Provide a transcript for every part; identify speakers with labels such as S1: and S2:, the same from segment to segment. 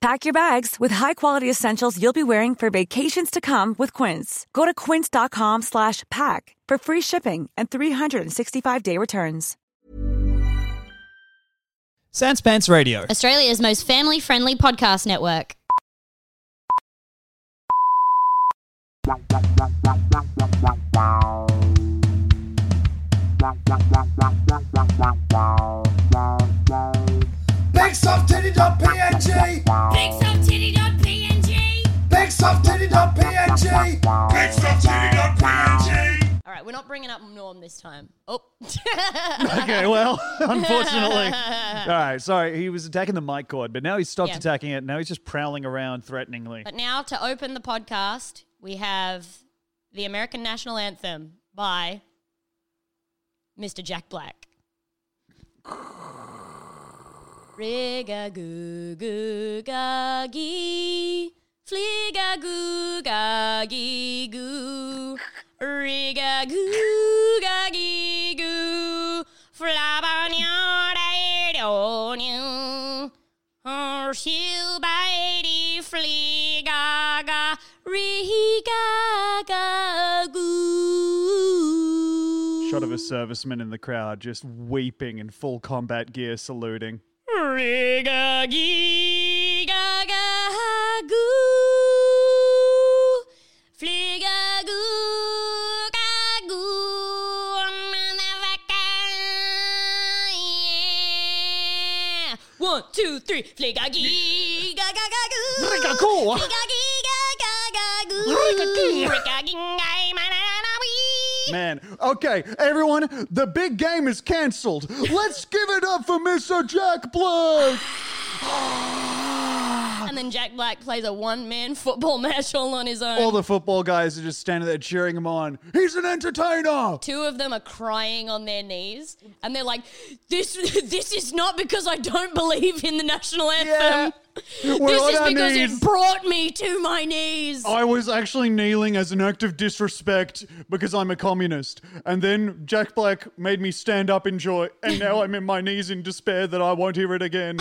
S1: Pack your bags with high-quality essentials you'll be wearing for vacations to come with Quince. Go to quince.com slash pack for free shipping and 365-day returns.
S2: Sans Pants Radio.
S3: Australia's most family friendly podcast network.
S4: PNG.
S5: PNG.
S4: PNG. PNG.
S3: All right, we're not bringing up Norm this time. Oh.
S2: Okay, well, unfortunately. All right, sorry. He was attacking the mic cord, but now he's stopped
S3: Yeah.
S2: attacking it. Now he's just prowling around threateningly.
S3: But now to open the podcast, we have the American National Anthem by Mr. Jack Black. Rigga goo goo ga gee, fliga goo ga gee goo, rigga goo ga gee goo, flabanyada edonium. Horseshoe baby flea gaga ree gaga goo.
S2: Shot of a serviceman in the crowd just weeping in full combat gear, saluting.
S3: Ree gaggy gaga goo. Flea gagoo gagoo. Motherfucker. Yeah. One, two, three. Flea gaggy gaga gagoo.
S2: Rigagoo.
S3: Flea gaggy gaga gagoo.
S2: Rigagoo.
S3: Rigaging gay manana wee.
S2: Man, okay, everyone, the big game is cancelled. Let's give it up for Mr. Jack Black.
S3: And then Jack Black plays a one man football match all on his own.
S2: All the football guys are just standing there cheering him on. He's an entertainer.
S3: two of them are crying on their knees and they're like this this is not because i don't believe in the national anthem
S2: Yeah. We're
S3: this
S2: on
S3: is
S2: our
S3: because
S2: knees.
S3: it brought me to my knees
S2: I was actually kneeling as an act of disrespect because I'm a communist. And then Jack Black made me stand up in joy, and now I'm in my knees in despair that I won't hear it again.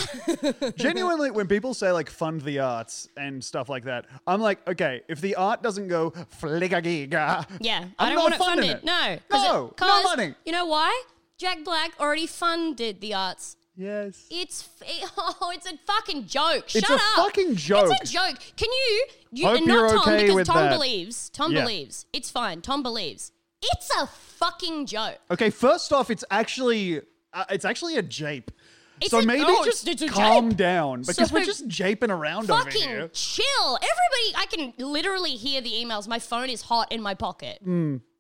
S2: Genuinely, when people say like fund the arts and stuff like that, I'm like, okay, if the art doesn't go fligagiga,
S3: yeah
S2: I'm
S3: i don't
S2: not
S3: want it
S2: funding
S3: funded
S2: it.
S3: no 'cause
S2: No, no
S3: it, 'cause
S2: money.
S3: you know why jack black already funded the arts
S2: yes.
S3: it's f- it- oh, it's a fucking joke. Shut
S2: It's a
S3: up.
S2: fucking joke.
S3: It's a joke. Can you? you
S2: Hope
S3: and not
S2: you're
S3: Tom
S2: okay
S3: because
S2: with
S3: Tom
S2: that.
S3: believes. Tom
S2: Yeah.
S3: believes. It's fine. Tom believes. It's a fucking joke.
S2: Okay, first off, it's actually uh, it's actually a jape.
S3: It's
S2: so
S3: a-
S2: maybe
S3: oh,
S2: just
S3: it's a jape.
S2: calm down because
S3: So-
S2: we're just japing around over
S3: fucking
S2: here.
S3: chill. Everybody, I can literally hear the emails. My phone is hot in my pocket.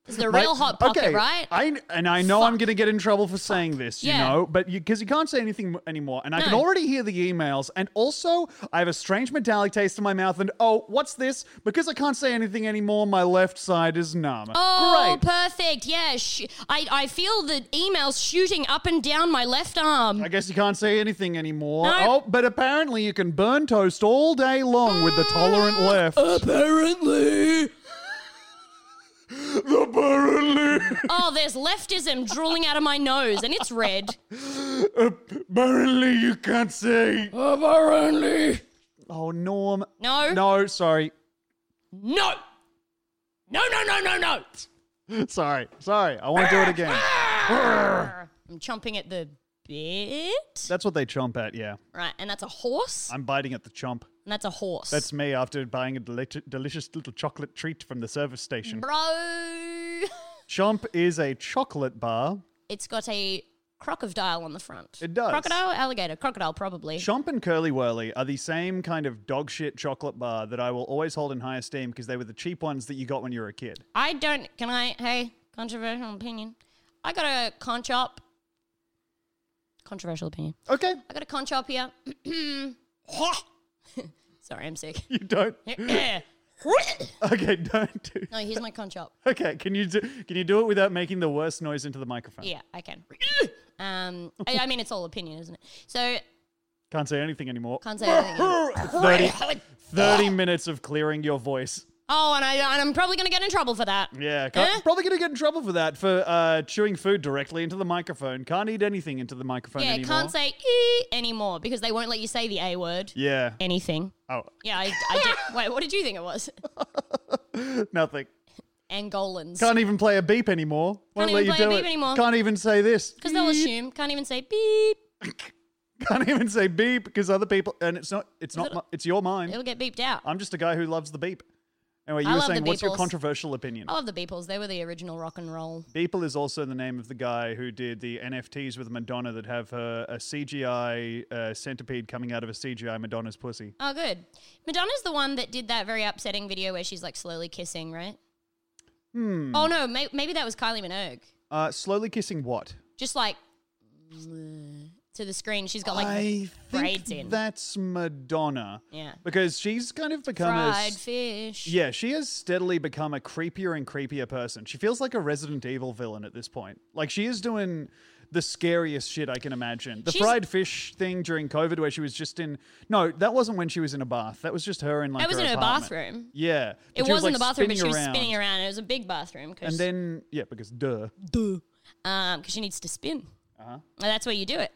S3: It's the
S2: Right?
S3: real hot pocket,
S2: okay.
S3: right?
S2: I and I know I'm
S3: Fuck.
S2: going to get in trouble for saying this, you
S3: Yeah.
S2: know, but because you, can't say anything m- anymore, and I can
S3: No.
S2: already hear the emails, and also I have a strange metallic taste in my mouth, and oh, what's this? Because I can't say anything anymore, my left side is numb.
S3: oh,
S2: Great.
S3: perfect. Yeah, sh- I, I feel the emails shooting up and down my left arm.
S2: I guess you can't say anything anymore.
S3: No.
S2: Oh, but apparently you can burn toast all day long with the tolerant left.
S3: Apparently.
S2: Apparently.
S3: oh, there's leftism drooling out of my nose, and it's red.
S2: Apparently you can't say.
S3: Apparently.
S2: Oh, Norm.
S3: No.
S2: No, sorry.
S3: No. No, no, no, no, no.
S2: Sorry. Sorry. I won't do it again.
S3: I'm chomping at the bit.
S2: That's what they chomp at, yeah.
S3: Right, and that's a horse.
S2: I'm biting at the chomp.
S3: and that's a horse.
S2: That's me after buying a deli- delicious little chocolate treat from the service station.
S3: Bro.
S2: Chomp is a chocolate bar.
S3: It's got a crocodile on the front.
S2: It does.
S3: Crocodile, alligator, crocodile, probably.
S2: Chomp and Curly Whirly are the same kind of dog shit chocolate bar that I will always hold in high esteem because they were the cheap ones that you got when you were a kid.
S3: I don't. Can I? Hey, controversial opinion. I got a conch up. Controversial opinion.
S2: Okay.
S3: I got a conch up here. Sorry, I'm sick.
S2: You don't.
S3: Hang
S2: Okay, don't do.
S3: No, here's my conch up.
S2: Okay, can you do? Can you do it without making the worst noise into the microphone?
S3: Yeah, I can. Um, I, I mean, it's all opinion, isn't it? So oh,
S2: Can't say anything anymore.
S3: can't say anything.
S2: 30, 30 minutes of clearing your voice.
S3: Oh, and I and I'm probably gonna get in trouble for that.
S2: Yeah, can't,
S3: Eh?
S2: probably gonna get in trouble for that for uh, chewing food directly into the microphone. Can't eat anything into the microphone
S3: Yeah,
S2: anymore.
S3: can't say e anymore because they won't let you say the a word.
S2: Yeah.
S3: Anything.
S2: Oh,
S3: Yeah, I, I did. Wait, what did you think it was?
S2: nothing.
S3: Angolans.
S2: Can't even play a beep anymore. Won't
S3: Can't
S2: let
S3: even
S2: you
S3: play a
S2: do
S3: beep
S2: it.
S3: anymore.
S2: Can't even say this.
S3: Because they'll assume. Can't even say beep.
S2: Can't even say beep because other people. And it's not. It's not.
S3: it-
S2: my- it's your mind.
S3: It'll get beeped out.
S2: I'm just a guy who loves the beep. Anyway, you
S3: I
S2: were
S3: love the
S2: saying, what's your
S3: beeples.
S2: controversial opinion?
S3: I love the Beeples. They were the original rock and roll.
S2: Beeple is also the name of the guy who did the NFTs with Madonna that have her a CGI uh, centipede coming out of a CGI Madonna's pussy.
S3: Oh, good. Madonna's the one that did that very upsetting video where she's like slowly kissing, right? Hmm. Oh no, may- maybe that was Kylie Minogue.
S2: Uh, slowly kissing what?
S3: Just like to the screen, she's got like
S2: I
S3: braids
S2: think
S3: in.
S2: that's Madonna.
S3: Yeah.
S2: Because she's kind of become a
S3: fried
S2: s-
S3: fish.
S2: Yeah, she has steadily become a creepier and creepier person. She feels like a Resident Evil villain at this point. Like she is doing the scariest shit I can imagine. The
S3: She's-
S2: fried fish thing during COVID, where she was just in. No, that wasn't when she was in a bath. That was just her in like.
S3: That was in her
S2: apartment.
S3: bathroom.
S2: Yeah,
S3: It
S2: But
S3: was,
S2: she
S3: in the
S2: like,
S3: bathroom, but she was spinning around. It was a big bathroom
S2: And
S3: because
S2: then yeah, because duh.
S3: um, she needs to spin.
S2: Uh-huh.
S3: And That's where you do it.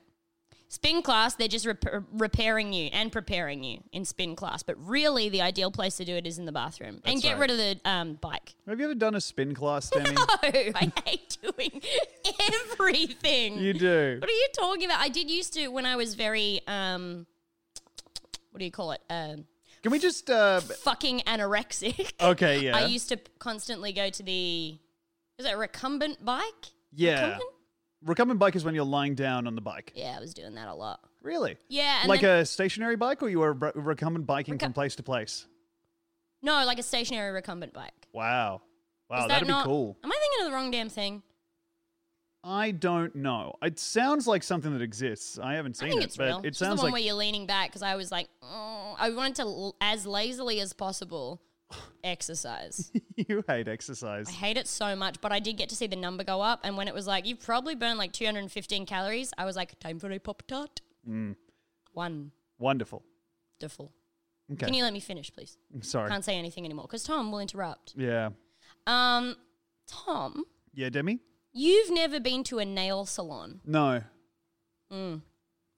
S3: Spin class, they're just rep- repairing you and preparing you in spin class. But really, the ideal place to do it is in the bathroom and get
S2: right.
S3: rid of the um, bike.
S2: Have you ever done a spin class, Demi?
S3: No, I hate doing everything.
S2: you do.
S3: What are you talking about? I did used to when I was very um, what do you call it? Um,
S2: Can we just? uh
S3: fucking anorexic.
S2: Okay, yeah,
S3: I used to constantly go to the is it recumbent bike?
S2: yeah.
S3: Recumbent?
S2: Recumbent bike is when you're lying down on the bike.
S3: Yeah, I was doing that a lot.
S2: Really?
S3: Yeah, and
S2: like
S3: then,
S2: a stationary bike, or you were re- recumbent biking
S3: Recu-
S2: from place to place?
S3: no, like a stationary recumbent bike.
S2: Wow. Wow,
S3: Is that
S2: that'd
S3: not-
S2: be cool.
S3: Am I thinking of the wrong damn thing?
S2: I don't know. It sounds like something that exists. I haven't seen
S3: I think
S2: it,
S3: it's
S2: but
S3: real.
S2: it
S3: It's just the
S2: sounds
S3: one
S2: like
S3: where you're leaning back because I was like, oh, I wanted to l- as lazily as possible exercise.
S2: you hate
S3: I
S2: exercise.
S3: hate it so much, but I did get to see the number go up, and when it was like you've probably burned like 215 calories, I was like, time for a pop tart.
S2: Mm.
S3: Wonderful.
S2: Wonderful. Okay.
S3: Can you let me finish, please?
S2: I'm sorry.
S3: Can't say anything anymore because Tom will interrupt.
S2: Yeah.
S3: Um, Tom,
S2: Yeah, Demi?
S3: you've never been to a nail salon.
S2: No.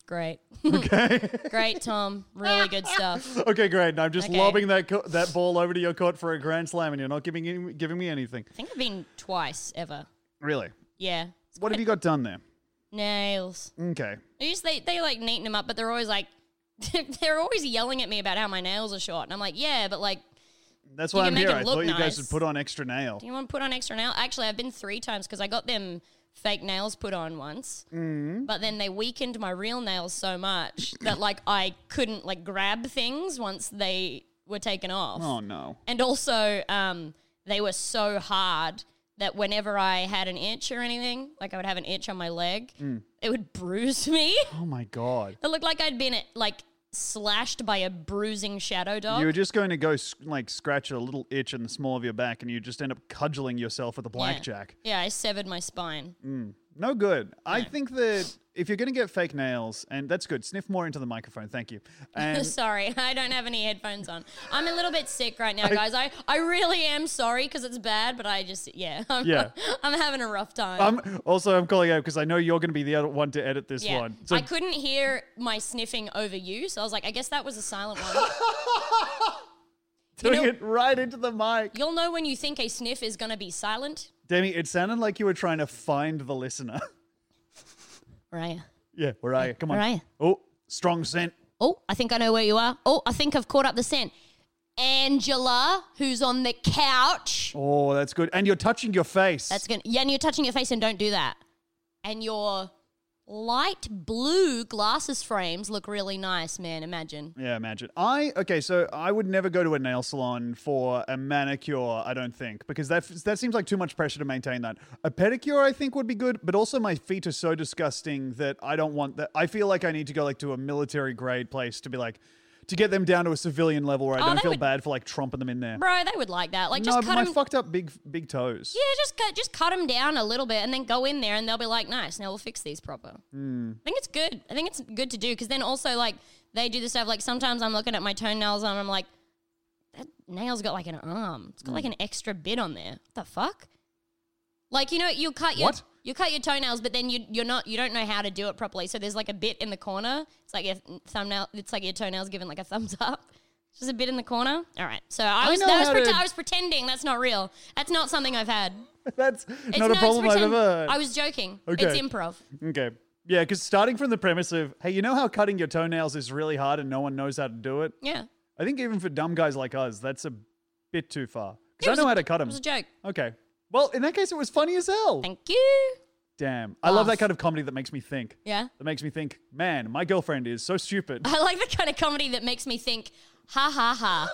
S3: Great,
S2: Okay.
S3: great, Tom. Really good stuff.
S2: okay, great. And I'm just
S3: Okay.
S2: lobbing that co- that ball over to your court for a grand slam, and you're not giving any- giving me anything.
S3: I think I've been twice ever.
S2: Really?
S3: Yeah,
S2: What have you got done there?
S3: nails.
S2: Okay.
S3: I just they they like neaten them up, but they're always like. They're always yelling at me about how my nails are short, and I'm like, "Yeah, but like,
S2: That's
S3: You
S2: why
S3: can
S2: I'm
S3: make
S2: here.
S3: it
S2: I
S3: look
S2: thought you guys
S3: nice.
S2: would put on extra nail.
S3: Do you want to put on extra nail? Actually, I've been three times because I got them fake nails put on once, but then they weakened my real nails so much that like I couldn't like grab things once they were taken off,
S2: Oh, no.
S3: and also um, they were so hard that whenever I had an itch or anything, like I would have an itch on my leg,
S2: Mm.
S3: it would bruise me.
S2: Oh, my God.
S3: it looked like I'd been like slashed by a bruising shadow dog.
S2: You were just going to go sc- like scratch a little itch in the small of your back, and you just end up cudgeling yourself with a blackjack.
S3: yeah, I severed my spine.
S2: Mm. No good. I think that if you're going to get fake nails, and that's good, sniff more into the microphone. Thank you. And
S3: sorry, I don't have any headphones on. I'm a little bit sick right now, guys. I, I really am sorry because it's bad, but I just yeah, I'm,
S2: Yeah.
S3: I'm having a rough time.
S2: I'm also I'm calling out because I know you're going to be the other one to edit this
S3: yeah,
S2: one. So
S3: I couldn't hear my sniffing over you, so I was like, I guess that was a silent one.
S2: doing
S3: know-
S2: it right into the mic,
S3: You'll know when you think a sniff is gonna be silent,
S2: Demi. It sounded like you were trying to find the listener.
S3: right?
S2: yeah, where are you? Come on.
S3: Where are you?
S2: Oh, strong scent.
S3: Oh, I think I know where you are. Oh, I think I've caught up the scent. Angela, who's on the couch.
S2: Oh, that's good. And you're touching your face.
S3: That's good. Yeah, and you're touching your face, and don't do that. And your light blue glasses frames look really nice, man. Imagine.
S2: Yeah, imagine. I okay, so I would never go to a nail salon for a manicure. I don't think because that that seems like too much pressure to maintain that. A pedicure, I think, would be good, but also my feet are so disgusting that I don't want that. I feel like I need to go like to a military grade place to be like, to get them down to a civilian level where I
S3: Oh,
S2: don't
S3: they
S2: feel
S3: would-
S2: bad for like tromping them in there.
S3: Bro, they would like that. Like,
S2: no,
S3: just
S2: but
S3: cut
S2: my
S3: them.
S2: fucked up big big toes.
S3: yeah, just cut, just cut them down a little bit, and then go in there, and they'll be like, "Nice, now we'll fix these proper." I think it's good. I think it's good to do because then also like they do the stuff. Like sometimes I'm looking at my toenails and I'm like, "That nail's got like an arm. It's got like an extra bit on there. What the fuck?" Like you know, you cut your
S2: What?
S3: you cut your toenails, but then you you're not you don't know how to do it properly. So there's like a bit in the corner. It's like your thumbnail. It's like your toenails given like a thumbs up. It's Just a bit in the corner. All right. So I
S2: I
S3: was,
S2: know
S3: that was,
S2: how
S3: prete-
S2: to-
S3: I was pretending. That's not real. That's not something I've had.
S2: That's
S3: It's
S2: not a
S3: no,
S2: problem
S3: it's
S2: I've
S3: pretend-
S2: ever. heard.
S3: I was joking. It's
S2: Okay.
S3: improv.
S2: Okay. Yeah, because starting from the premise of, hey, you know how cutting your toenails is really hard and no one knows how to do it?
S3: Yeah.
S2: I think even for dumb guys like us, that's a bit too far.
S3: It
S2: Because
S3: was
S2: I know
S3: a-
S2: how to cut
S3: It
S2: them.
S3: was a joke.
S2: Okay. Well, in that case, it was funny as hell.
S3: Thank you.
S2: Damn. I love that
S3: Off.
S2: kind of comedy that makes me think.
S3: Yeah.
S2: That makes me think, man, my girlfriend is so stupid.
S3: I like the kind of comedy that makes me think, ha ha ha.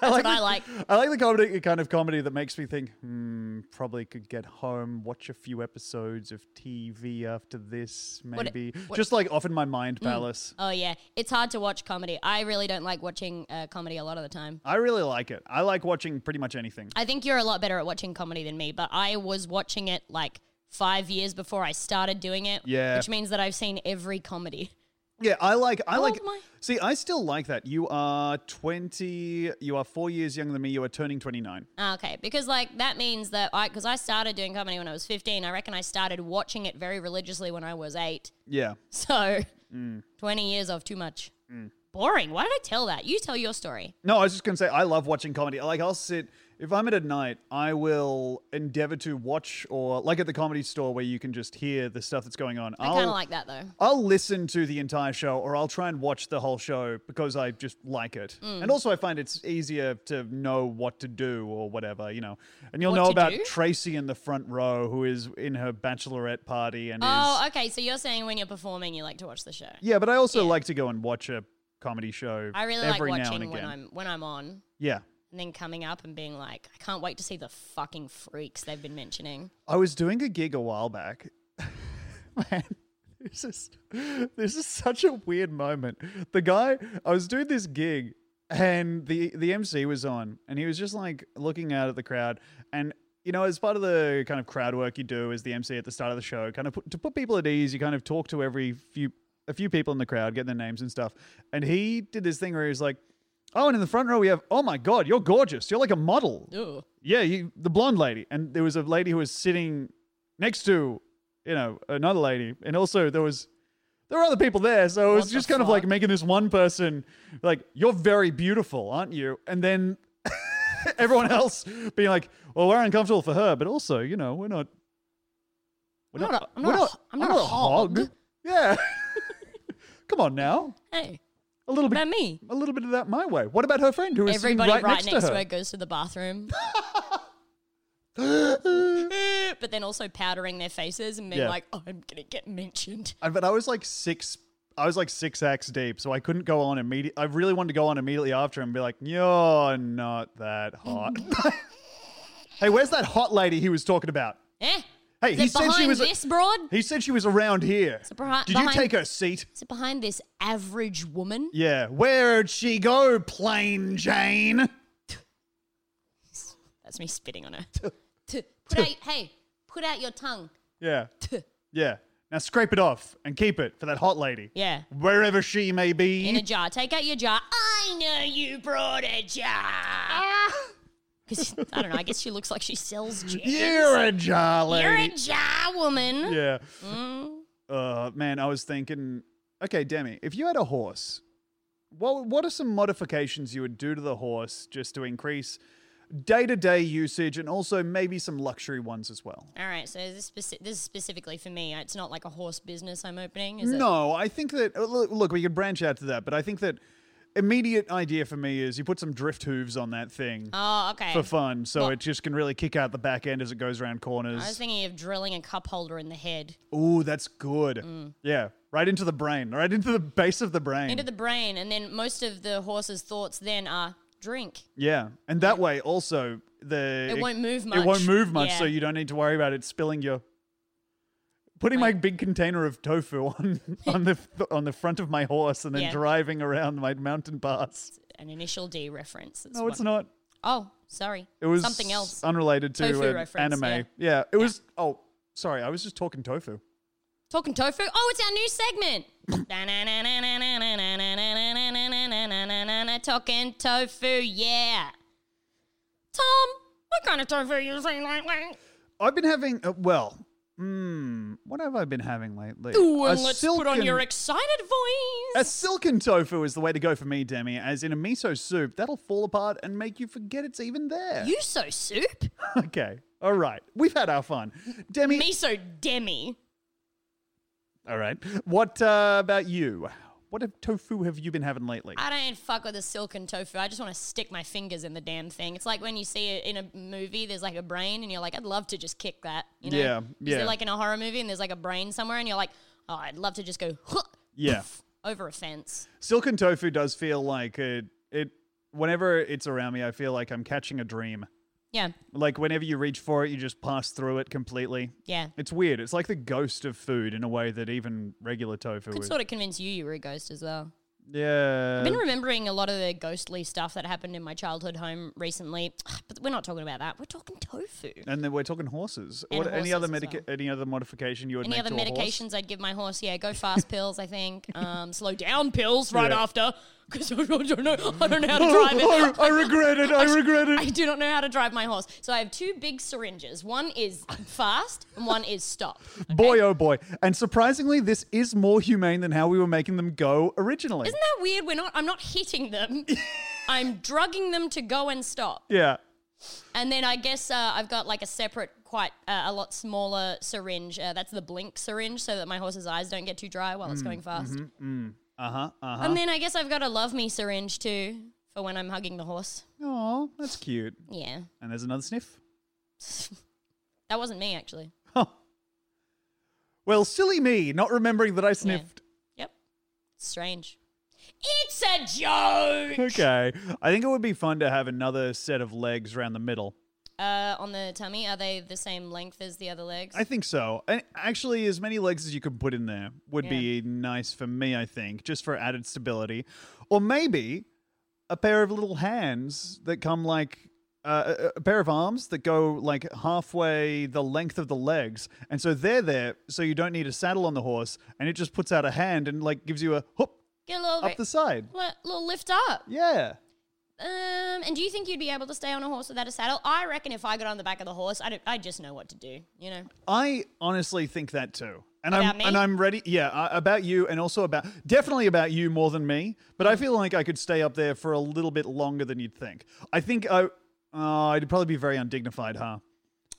S3: That's what I like.
S2: I like the comedy kind of comedy that makes me think, hmm, probably could get home, watch a few episodes of TV after this,
S3: it-
S2: maybe.
S3: what-
S2: Just like off in my mind palace.
S3: Oh yeah, it's hard to watch comedy. I really don't like watching uh, comedy a lot of the time.
S2: I really like it. I like watching pretty much anything.
S3: I think you're a lot better at watching comedy than me, but I was watching it like five years before I started doing it.
S2: Yeah.
S3: Which means that I've seen every comedy.
S2: Yeah, I like. I
S3: How
S2: like.
S3: old am I?
S2: See, I still like that. You are twenty. You are four years younger than me. You are turning twenty nine.
S3: Ah, Okay, because like that means that I, because I started doing comedy when I was 15, I reckon I started watching it very religiously when I was eight.
S2: Yeah.
S3: So
S2: Mm.
S3: 20 years of too much. Boring. Why did I tell that? You tell your story.
S2: No, I was just gonna say I love watching comedy. Like I'll sit if I'm at a night, I will endeavor to watch or like at the comedy store where you can just hear the stuff that's going on.
S3: I kind of like that though.
S2: I'll listen to the entire show or I'll try and watch the whole show because I just like it.
S3: Mm.
S2: And also I find it's easier to know what to do or whatever, you know. And you'll
S3: What
S2: know
S3: to
S2: about
S3: do?
S2: Tracy in the front row who is in her bachelorette party and
S3: Oh,
S2: is
S3: okay. So you're saying when you're performing, you like to watch the show.
S2: Yeah, but I also like to go and watch a comedy show
S3: I really
S2: every
S3: like
S2: now and again.
S3: watching when I'm when I'm on.
S2: yeah.
S3: And then coming up and being like, I can't wait to see the fucking freaks they've been mentioning.
S2: I was doing a gig a while back. Man, this is this is such a weird moment. The guy I was doing this gig and the the MC was on and he was just like looking out at the crowd and you know, as part of the kind of crowd work you do as the MC at the start of the show, kind of put, to put people at ease, you kind of talk to every few a few people in the crowd, get their names and stuff. And he did this thing where he was like, "Oh, and in the front row we have, oh my god, you're gorgeous, you're like a model."
S3: Ooh.
S2: yeah, you, the blonde lady, and there was a lady who was sitting next to, you know, another lady, and also there was there were other people there, so it was
S3: the
S2: just kind of
S3: fuck?
S2: like making this one person like, "You're very beautiful, aren't you?" And then everyone else being like, "Well, we're uncomfortable for her, but also, you know, we're not." We're
S3: I'm not a- I'm not a ho- I'm not a hog.
S2: Yeah. Come on now,
S3: Hey,
S2: a little
S3: what
S2: bit,
S3: about me?
S2: a little bit of that my way. What about her friend who was sitting
S3: Everybody
S2: right, next,
S3: to,
S2: to
S3: her
S2: her?
S3: goes to the bathroom, but then also powdering their faces and being
S2: Yeah.
S3: like, oh, I'm going to get mentioned.
S2: I- but I was like six. I was like six acts deep, so I couldn't go on immediately. I really wanted to go on immediately after and be like, "You're not that hot." hey, where's that hot lady he was talking about?
S3: Eh?
S2: Hey,
S3: Is
S2: he
S3: it
S2: said
S3: behind
S2: she was.
S3: this broad?
S2: he said she was around here.
S3: behi-
S2: Did you
S3: behind-
S2: take her seat?
S3: Is it behind this average woman?
S2: Yeah. Where'd she go, Plain Jane?
S3: That's me spitting on her. Tuh. put out, hey, put out your tongue.
S2: Yeah.
S3: Tuh.
S2: Yeah. Now scrape it off and keep it for that hot lady.
S3: Yeah.
S2: Wherever she may be.
S3: In a jar. Take out your jar. I know you brought a jar.
S2: Ah.
S3: Because, I don't know, I guess she looks like she sells jars.
S2: You're a jar lady.
S3: You're a jar woman. Mm.
S2: yeah. Uh, man, I was thinking, okay, Demi, if you had a horse, what what are some modifications you would do to the horse just to increase day to day usage and also maybe some luxury ones as well?
S3: All right, so this, speci- this is specifically for me. It's not like a horse business I'm opening, is it?
S2: no, I think that uh, look, look, we could branch out to that, but I think that immediate idea for me is you put some drift hooves on that thing.
S3: Oh, okay.
S2: for fun, so
S3: Well-
S2: it just can really kick out the back end as it goes around
S3: I was
S2: corners.
S3: thinking of drilling a cup holder in the head,
S2: Ooh, that's good. Yeah, right into the brain, right into the base of the brain.
S3: Mm. into the brain, and then most of the horse's thoughts then are drink.
S2: Yeah, and that way also the
S3: It won't move
S2: It won't
S3: much.
S2: move much, so
S3: Yeah.
S2: you don't need to worry about it spilling your Putting my big container of tofu on on the on the front of my horse and then
S3: Yeah.
S2: driving around my mountain pass.
S3: An initial D reference. That's
S2: No, it's
S3: what-
S2: not.
S3: Oh, sorry.
S2: It was um,
S3: something else.
S2: unrelated to
S3: Tofu
S2: an
S3: reference,
S2: anime.
S3: yeah.
S2: Yeah, it was. Oh, sorry, I was just talking tofu.
S3: Talking tofu. Oh, it's our new segment. Talking tofu. Yeah. Tom, what kind of tofu are you eating lately?
S2: I've been having uh, well. Hmm, what have I been having lately?
S3: Ooh,
S2: A
S3: and let's put on
S2: silken-
S3: your excited voice.
S2: A silken tofu is the way to go for me, Demi, as in a miso soup that'll fall apart and make you forget it's even there.
S3: You so soup?
S2: okay. All right. We've had our fun. Demi.
S3: Me so demi.
S2: All right. What uh, about you? What have tofu have you been having lately?
S3: I don't fuck with the silken tofu. I just want to stick my fingers in the damn thing. It's like when you see it in a movie, there's like a brain, and you're like, I'd love to just kick that. You know?
S2: Yeah,
S3: 'Cause
S2: yeah.
S3: They're like in a horror movie, and there's like a brain somewhere, and you're like, oh, I'd love to just go, "Huh,"
S2: yeah.
S3: over a fence.
S2: Silken tofu does feel like it, it. Whenever it's around me, I feel like I'm catching a dream.
S3: Yeah,
S2: Like whenever you reach for it, you just pass through it completely.
S3: yeah.
S2: It's weird. It's like the ghost of food in a way that even regular tofu
S3: Could
S2: is.
S3: sort of convince you you were a ghost as well.
S2: yeah.
S3: I've been remembering a lot of the ghostly stuff that happened in my childhood home recently, but we're not talking about that. We're talking tofu.
S2: And then we're talking horses.
S3: And
S2: what, any other
S3: horses as
S2: medica- any other modification you would
S3: Any
S2: make
S3: other
S2: to a horse?
S3: medications I'd give my horse? Yeah, go fast pills, I think. Um, slow down pills right
S2: Yeah.
S3: after. Because I don't know, I don't know how to drive
S2: Oh,
S3: it.
S2: I, I regret it. I regret
S3: I
S2: it.
S3: do not know how to drive my horse. So I have two big syringes. One is fast and one is stop.
S2: Boy, oh boy. And surprisingly, this is more humane than how we were making them go originally.
S3: Isn't that weird? We're not I'm not hitting them. I'm drugging them to go and stop.
S2: yeah.
S3: And then I guess uh, I've got like a separate, quite uh, a lot smaller syringe. Uh, that's the blink syringe, so that my horse's eyes don't get too dry while it's
S2: Mm,
S3: going fast.
S2: Uh huh. Uh huh.
S3: And then I guess I've got a love me syringe too for when I'm hugging the horse.
S2: Oh, that's cute.
S3: Yeah.
S2: And there's another sniff.
S3: That wasn't me actually.
S2: Huh. Well, silly me, not remembering that I sniffed.
S3: Yep. Strange. It's a joke.
S2: Okay. I think it would be fun to have another set of legs around the middle.
S3: Uh, on the tummy, are they the same length as the other legs?
S2: I think so. And actually, as many legs as you could put in there would be nice for me, I think, just for added stability. Or maybe a pair of little hands that come like uh, a- a pair of arms that go like halfway the length of the legs. And so they're there, so you don't need a saddle on the horse, and it just puts out a hand and like gives you a hoop
S3: Get a little
S2: up
S3: bit,
S2: the side.
S3: li- little lift up.
S2: Yeah.
S3: Um, and do you think you'd be able to stay on a horse without a saddle? I reckon if I got on the back of the horse, I don't, I just know what to do. You know,
S2: I honestly think that too. And
S3: About
S2: I'm
S3: me?
S2: and I'm ready. Yeah, uh, about you, and also about definitely about you more than me. But I feel like I could stay up there for a little bit longer than you'd think. I think I, uh, I'd probably be very undignified, huh?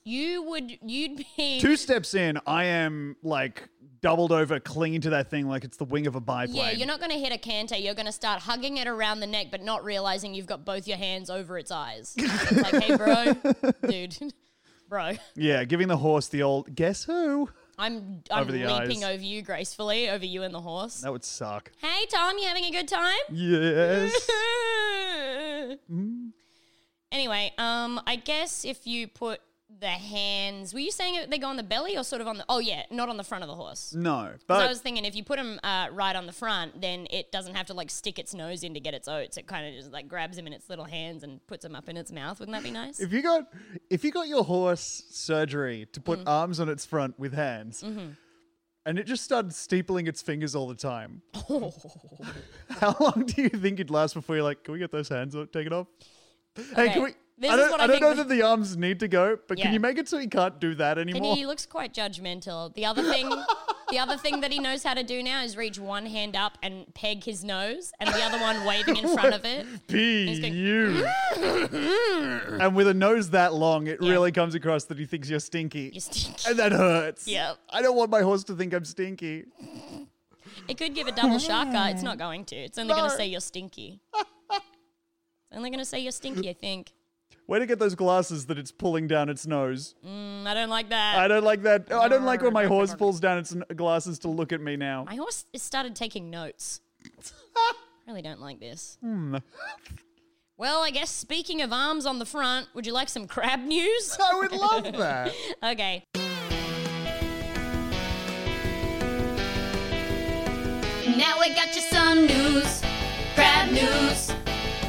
S3: you would, you'd be
S2: Two steps in, I am like doubled over, clinging to that thing like it's the wing of a biplane.
S3: Yeah, you're not going to hit a canter. You're going to start hugging it around the neck, but not realizing you've got both your hands over its eyes. It's like, hey, bro, dude, bro,
S2: Yeah, giving the horse the old guess who.
S3: I'm I'm
S2: Over the
S3: leaping
S2: eyes.
S3: over you gracefully, over you and the horse.
S2: That would suck.
S3: Hey, Tom, you having a good time?
S2: Yes. Mm.
S3: anyway, um, I guess if you put the hands, were you saying that they go on the belly or sort of on the? Oh yeah, not on the front of the horse.
S2: no,
S3: 'Cause
S2: but
S3: I was thinking if you put them uh, right on the front, then it doesn't have to like stick its nose in to get its oats. It kind of just like grabs him in its little hands and puts him up in its mouth. Wouldn't that be nice?
S2: If you got if you got your horse surgery to
S3: Mm-hmm.
S2: put arms on its front with hands, and it just started steepling its fingers all the time,
S3: Oh.
S2: how long do you think it'd last before you're like, can we get those hands o- taken off? Hey,
S3: Okay,
S2: can we?
S3: this
S2: I
S3: is
S2: don't,
S3: what I
S2: I don't
S3: think
S2: know
S3: we-
S2: that the arms need to go, but
S3: Yeah.
S2: can you make it so he can't do that
S3: And
S2: anymore?
S3: he looks quite judgmental. The other thing, the other thing that he knows how to do now is reach one hand up and peg his nose, and the other one waving in front of it.
S2: Be
S3: going,
S2: you. and with a nose that long, it really comes across that he thinks you're stinky.
S3: You stink.
S2: and that hurts.
S3: Yep.
S2: I don't want my horse to think I'm stinky.
S3: It could give a double shaka. It's not going to. It's only going to
S2: No.
S3: say you're stinky. it's only going to say you're stinky. I think.
S2: Way to get those glasses that it's pulling down its nose.
S3: Mm, I don't like that.
S2: I don't like that. I don't like when my horse pulls down its n- glasses to look at me now.
S3: My horse has started taking notes. really don't like this.
S2: Hmm.
S3: Well, I guess speaking of arms on the front, would you like some crab news?
S2: I would love that.
S3: okay.
S5: we got you some news. Crab news.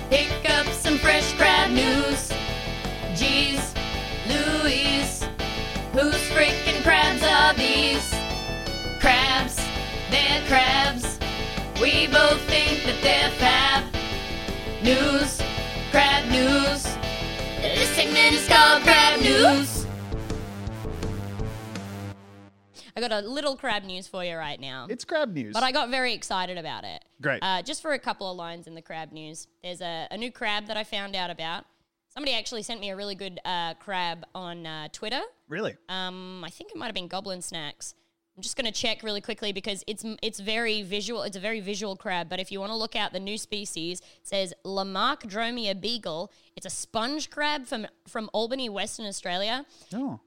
S5: Pick up some fresh crab news. Jeez, Louise. Whose freaking crabs are these? Crabs, they're crabs. We both think that they're fab. News, crab news. This segment is called Crab News.
S3: I got a little crab news for you right now.
S2: It's crab news.
S3: But I got very excited about it.
S2: Great.
S3: Uh, just for a couple of lines in the crab news, there's a, a new crab that I found out about. Somebody actually sent me a really good uh, crab on uh, Twitter.
S2: really?
S3: Um, I think it might have been Goblin Snacks. I'm just going to check really quickly because it's it's very visual. It's a very visual crab. But if you want to look out the new species, it says Lamarckdromia beagle. It's a sponge crab from from Albany, Western Australia.
S2: Oh.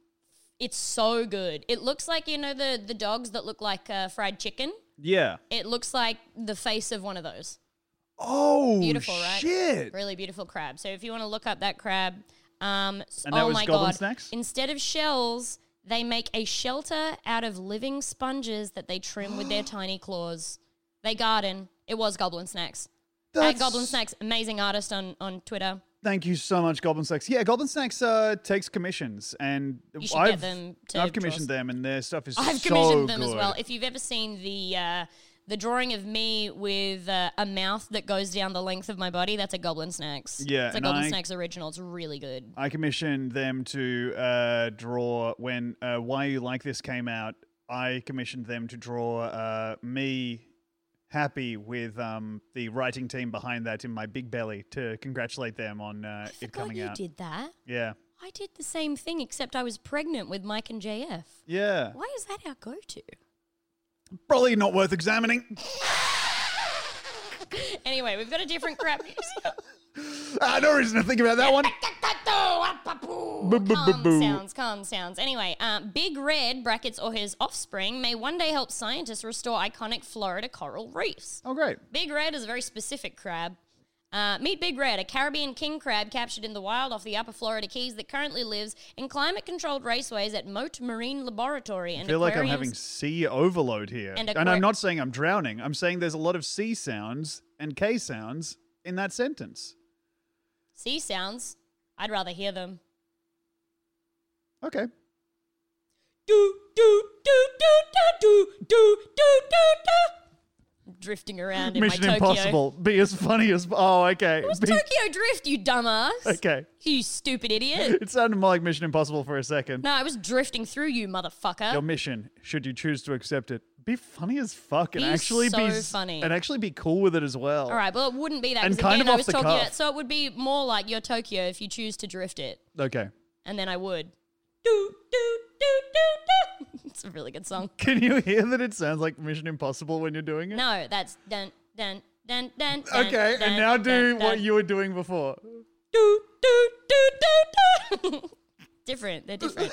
S3: It's so good. It looks like you know the the dogs that look like uh, fried chicken.
S2: Yeah.
S3: It looks like the face of one of those.
S2: Oh,
S3: Beautiful, right?
S2: shit.
S3: Really beautiful crab. So if you want to look up that crab, um, s-
S2: And
S3: oh
S2: that was
S3: my
S2: Goblin
S3: god!
S2: Snacks?
S3: Instead of shells, they make a shelter out of living sponges that they trim with their tiny claws. They garden. It was Goblin Snacks. At
S2: That's-
S3: Goblin Snacks, amazing artist on on Twitter.
S2: Thank you so much, Goblin Snacks. Yeah, Goblin Snacks uh, takes commissions, and
S3: You should get
S2: I've
S3: them to
S2: I've commissioned
S3: draw
S2: them, and their stuff is
S3: I've
S2: so
S3: commissioned them as
S2: good.
S3: well. If you've ever seen the uh, the drawing of me with uh, a mouth that goes down the length of my body, that's a Goblin Snacks.
S2: Yeah,
S3: it's a
S2: and
S3: Goblin
S2: I-
S3: Snacks original. It's really good.
S2: I commissioned them to uh, draw when uh, Why You Like This came out. I commissioned them to draw uh, me happy with um, the writing team behind that in my big belly to congratulate them on uh, it
S3: God,
S2: coming
S3: you
S2: out.
S3: did that.
S2: Yeah,
S3: I did the same thing, except I was pregnant with Mike and JF.
S2: yeah.
S3: Why is that our go to?
S2: Probably not worth examining.
S3: Anyway, we've got a different crap news.
S2: Ah, no reason to think about that one.
S3: calm sounds, calm sounds. Anyway, um, Big Red, brackets, or his offspring, may one day help scientists restore iconic Florida coral reefs.
S2: Oh, great.
S3: Big Red is a very specific crab. Uh, meet Big Red, a Caribbean king crab captured in the wild off the upper Florida Keys that currently lives in climate controlled raceways at Moat Marine Laboratory and
S2: I feel like I'm having
S3: aquariums-
S2: sea overload here.
S3: And
S2: And,
S3: aqua-
S2: I'm not saying I'm drowning. I'm saying there's a lot of C sounds and K sounds in that sentence.
S3: sea sounds. I'd rather hear them.
S2: Okay.
S3: do do do do do do do do do do. Drifting around in
S2: Mission
S3: my Tokyo.
S2: Impossible. Be as funny as. Oh, okay.
S3: It was
S2: Be-
S3: Tokyo Drift, you dumbass.
S2: Okay.
S3: You stupid idiot.
S2: It sounded more like Mission Impossible for a second.
S3: No, I was drifting through you, motherfucker.
S2: Your mission, should you choose to accept it, be funny as fuck and
S3: Be
S2: actually
S3: so
S2: be s-
S3: funny.
S2: and actually be cool with it as well.
S3: All right, well, it wouldn't be that.
S2: And
S3: 'cause
S2: kind
S3: again,
S2: of
S3: I
S2: off
S3: was
S2: the
S3: talking
S2: cuff.
S3: about, so it would be more like your Tokyo if you choose to drift it,
S2: Okay.
S3: and then I would. Do do do do do. it's a really good song.
S2: Can you hear that? It sounds like Mission Impossible when you're doing it.
S3: No, that's dun dun dun dun. dun,
S2: Okay,
S3: dun,
S2: and now
S3: dun,
S2: do
S3: dun.
S2: what you were doing before.
S3: do do do do do. different. They're different.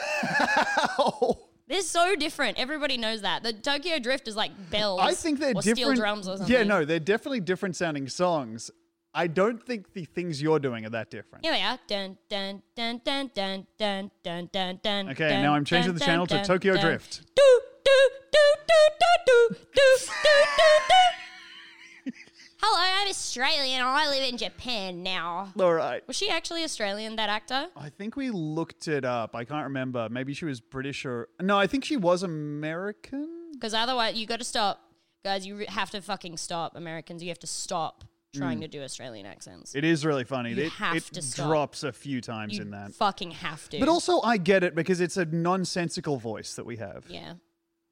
S3: They're so different. Everybody knows that. The Tokyo Drift is like bells.
S2: I think they're
S3: or
S2: different.
S3: Steel drums or something.
S2: Yeah, no, they're definitely different sounding songs. I don't think the things you're doing are that different.
S3: Here we are. Dun dun dun dun dun dun dun dun dun.
S2: Okay,
S3: dun,
S2: now I'm changing
S3: dun,
S2: the channel
S3: dun,
S2: to Tokyo
S3: dun.
S2: Drift.
S3: Do do do do do do do do do do. Hello, I'm Australian. I live in Japan now.
S2: All right.
S3: Was she actually Australian? That actor?
S2: I think we looked it up. I can't remember. Maybe she was British or no. I think she was American.
S3: Because otherwise, you got to stop, guys. You re- have to fucking stop, Americans. You have to stop trying to do Australian accents.
S2: Mm. It is really funny.
S3: You
S2: it
S3: have
S2: it
S3: to stop.
S2: drops a few times
S3: you
S2: in that.
S3: fucking have to.
S2: But also, I get it because it's a nonsensical voice that we have.
S3: yeah,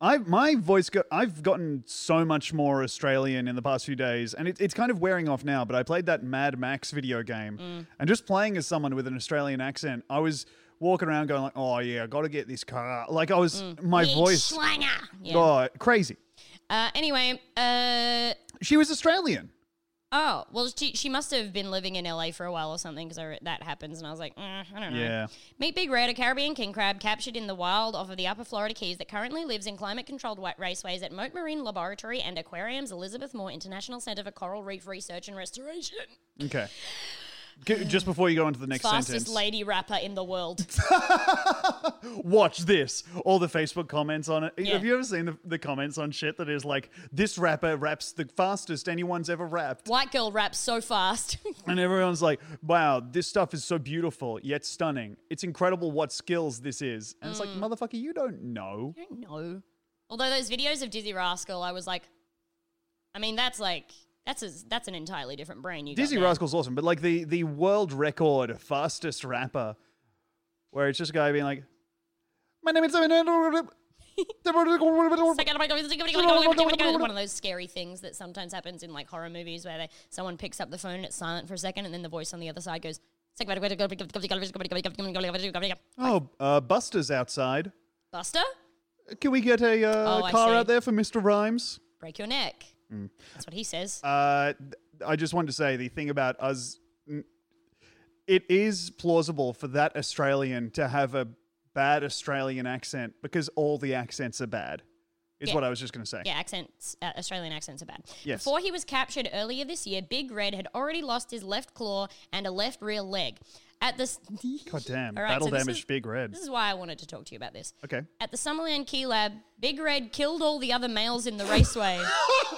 S2: I my voice go, I've gotten so much more Australian in the past few days, and it, it's kind of wearing off now. But I played that Mad Max video game,
S3: Mm.
S2: and just playing as someone with an Australian accent, I was walking around going like, "Oh yeah, I got to get this car." Like I was my voice,
S3: Schlanger. Mm. Yeah.
S2: oh crazy.
S3: Uh, anyway, uh,
S2: She was Australian.
S3: oh well, she, she must have been living in LA for a while or something because that happens, and I was like, mm, I don't know.
S2: Yeah.
S3: Meet Big Red, a Caribbean king crab captured in the wild off of the Upper Florida Keys that currently lives in climate-controlled wa- raceways at Moat Marine Laboratory and Aquarium's Elizabeth Moore International Center for Coral Reef Research and Restoration.
S2: Okay. G- Just before you go on to the next
S3: Fastest
S2: sentence,
S3: lady rapper in the world.
S2: watch this. All the Facebook comments on it.
S3: Yeah.
S2: Have you ever seen the, the comments on shit that is like, this rapper raps the fastest anyone's ever rapped?
S3: White girl raps so fast.
S2: And everyone's like, wow, this stuff is so beautiful, yet stunning. It's incredible what skills this is. And it's like, motherfucker, you don't know.
S3: I don't know. Although those videos of Dizzy Rascal, I was like, I mean, that's like that's a, that's an entirely different brain. You got
S2: Dizzy
S3: there.
S2: Rascal's awesome, but like the, the world record fastest rapper, where it's just a guy being like, my name is.
S3: It's like, one of those scary things that sometimes happens in like horror movies where they, someone picks up the phone and it's silent for a second, and then the voice on the other side goes.
S2: Oh, uh, Buster's outside.
S3: Buster,
S2: Can we get a uh,
S3: Oh, I
S2: car
S3: see.
S2: out there for Mr. Rhymes?
S3: break your neck. That's what he says.
S2: Uh, th- I just wanted to say the thing about us. n- It is plausible for that Australian to have a bad Australian accent because all the accents are bad. Is
S3: Yeah.
S2: what I was just going to say.
S3: Yeah, accents, uh, Australian accents are bad.
S2: Yes.
S3: Before he was captured earlier this year, Big Red had already lost his left claw and a left rear leg. At this,
S2: God damn,
S3: All right,
S2: battle
S3: so this
S2: damage,
S3: is-
S2: big red.
S3: This is why I wanted to talk to you about this.
S2: Okay.
S3: At the Summerland Key Lab, Big Red killed all the other males in the raceway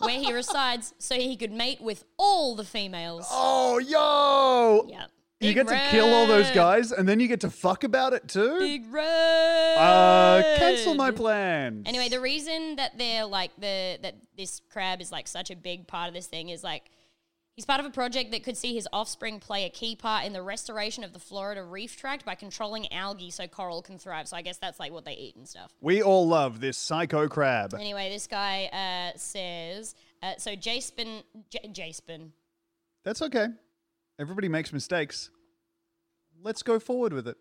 S3: where he resides so he could mate with all the females.
S2: Oh, yo!
S3: Yeah.
S2: You
S3: Big
S2: get to kill all those
S3: Red.
S2: guys, and then you get to fuck about it too.
S3: Big Red.
S2: uh, cancel my plans.
S3: Anyway, the reason that they're like the that this crab is like such a big part of this thing is like he's part of a project that could see his offspring play a key part in the restoration of the Florida reef tract by controlling algae so coral can thrive. So I guess that's like what they eat and stuff.
S2: we all love this psycho crab.
S3: Anyway, this guy uh, says uh, so. Jaspin, J- Jaspin.
S2: That's okay. Everybody makes mistakes. Let's go forward with it.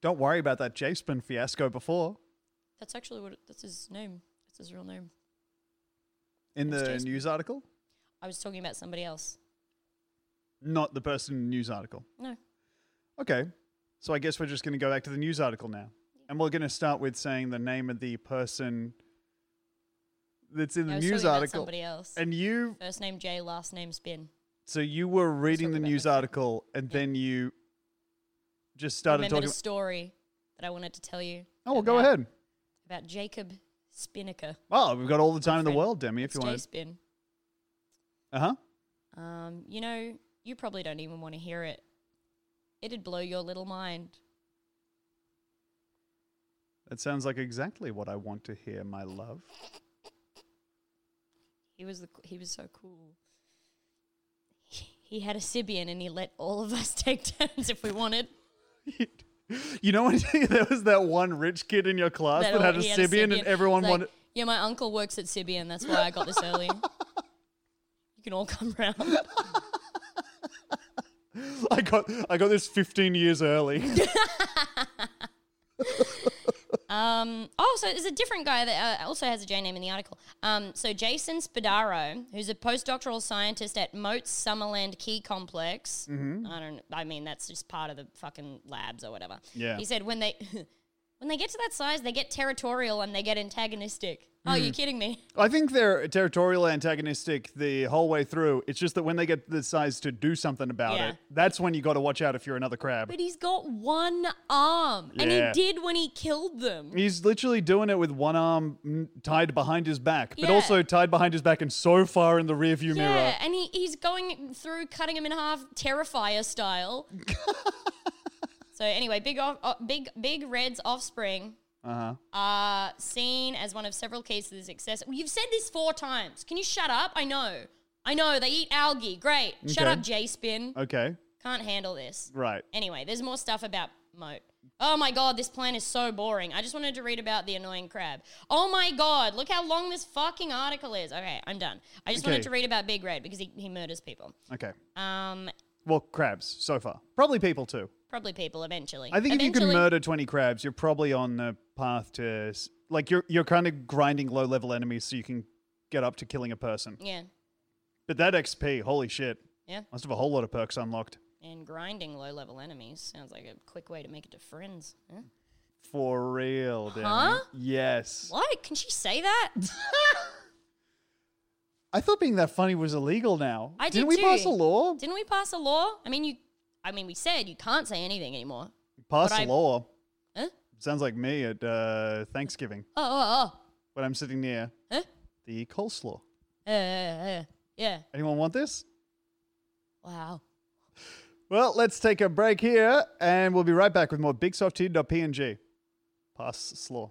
S2: Don't worry about that J-Spin fiasco before.
S3: That's actually what it, that's his name. That's his real name.
S2: In
S3: Who's
S2: the
S3: J-Spin?
S2: news article?
S3: I was talking about somebody else.
S2: Not the person in the news article.
S3: No.
S2: Okay. So I guess we're just going to go back to the news article now. And we're going to start with saying the name of the person that's in
S3: I
S2: the
S3: was
S2: news
S3: talking about
S2: article.
S3: somebody else.
S2: And you
S3: First name Jay, last name Spin.
S2: so you were reading
S3: talking
S2: the
S3: about
S2: news
S3: myself.
S2: article and then you just started
S3: remembered
S2: talking
S3: a story that I wanted to tell you.
S2: Oh, well, go
S3: about-
S2: ahead.
S3: About Jacob Spinnaker.
S2: Well, we've got all the time in the
S3: friend.
S2: world, Demi, if
S3: It's
S2: you want to
S3: J-Spin.
S2: Uh huh.
S3: Um, you know, you probably don't even want to hear it. It'd blow your little mind.
S2: That sounds like exactly what I want to hear, my love.
S3: He was the, c- he was so cool. He had a Sibian and he let all of us take turns if we wanted.
S2: you know when there was that one rich kid in your class that, had, a
S3: he
S2: Sibian and everyone
S3: It's like,
S2: wanted.
S3: Yeah, my uncle works at Sibian. That's why I got this early. you can all come round.
S2: I got I got this 15 years early.
S3: Um, oh, so there's a different guy that uh, also has a J name in the article. Um, so Jason Spadaro, who's a postdoctoral scientist at Moats Summerland Key Complex.
S2: Mm-hmm.
S3: I don't. I mean, that's just part of the fucking labs or whatever.
S2: Yeah.
S3: He said when they when they get to that size, they get territorial and they get antagonistic. Oh,
S2: Mm.
S3: you kidding me?
S2: I think they're territorial antagonistic the whole way through. It's just that when they get the size to do something about
S3: Yeah.
S2: it, that's when you got to watch out if you're another crab.
S3: But he's got one arm, and he
S2: Yeah.
S3: did when he killed them.
S2: He's literally doing it with one arm mm, tied behind his back, but
S3: Yeah.
S2: also tied behind his back and so far in the rearview mirror.
S3: Yeah, and he, he's going through cutting him in half, Terrifier style. so anyway, big off, uh, big big Red's offspring
S2: Uh-huh.
S3: are seen as one of several cases of success. You've said this four times. Can you shut up? I know, I know. They eat algae. Great. Shut
S2: Okay.
S3: up, J Spin.
S2: Okay,
S3: Can't handle this.
S2: right.
S3: Anyway, there's more stuff about Moat. Oh my god, this plan is so boring. I just wanted to read about the annoying crab. Oh my god, look how long this fucking article is. Okay, I'm done. I just
S2: Okay.
S3: wanted to read about Big Red because he, he murders people.
S2: Okay.
S3: Um,
S2: Well, crabs so far. Probably people too.
S3: probably people eventually.
S2: I think if you
S3: Eventually-
S2: can murder 20 crabs, you're probably on the path to s- like you're you're kind of grinding low level enemies so you can get up to killing a person.
S3: Yeah,
S2: But that XP, holy shit.
S3: yeah.
S2: Must have a whole lot of perks unlocked
S3: And grinding low level enemies sounds like a quick way to make it to friends. Huh?
S2: for real, Danny.
S3: Huh?
S2: Yes.
S3: What? Can she say that?
S2: I thought being that funny was illegal now.
S3: I
S2: Didn't
S3: did
S2: we
S3: too.
S2: pass a law?
S3: Didn't we pass a law? I mean, you. I mean, we said you can't say anything anymore.
S2: pass
S3: but
S2: a
S3: I-
S2: law.
S3: Huh?
S2: Sounds like me at uh, Thanksgiving
S3: Oh, oh,
S2: when I'm sitting near
S3: oh. Huh?
S2: the coleslaw.
S3: Uh, uh, yeah.
S2: Anyone want this?
S3: Wow.
S2: Well, let's take a break here and we'll be right back with more BigSoftTube.png. Pass slaw.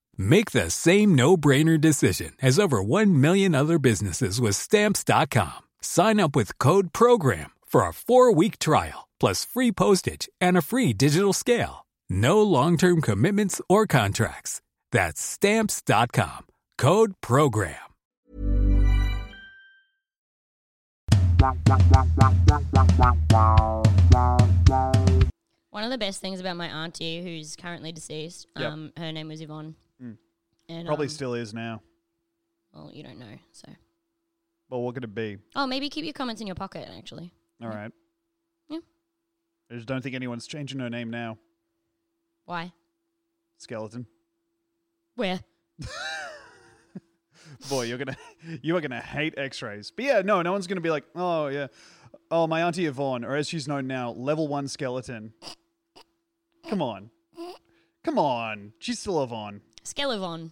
S6: Make the same no brainer decision as over 1 million other businesses with Stamps.com. Sign up with Code Program for a four week trial, plus free postage and a free digital scale. No long term commitments or contracts. That's stamps.com. Code program.
S3: One of the best things about my auntie, who's currently deceased,
S2: Yep. Hmm.
S3: um, her name was Yvonne. And,
S2: Probably
S3: um,
S2: still is now.
S3: Well, you don't know, so.
S2: Well, what could it be?
S3: Oh, maybe keep your comments in your pocket, actually.
S2: All right.
S3: Yeah.
S2: I just don't think anyone's changing her name now.
S3: Why?
S2: Skeleton.
S3: Where?
S2: Boy, you're gonna you are gonna hate X-rays. But yeah, no, no one's gonna be like, oh yeah, oh my auntie Yvonne, or as she's known now, level one skeleton. Come on, come on, she's still Yvonne.
S3: Skelevon.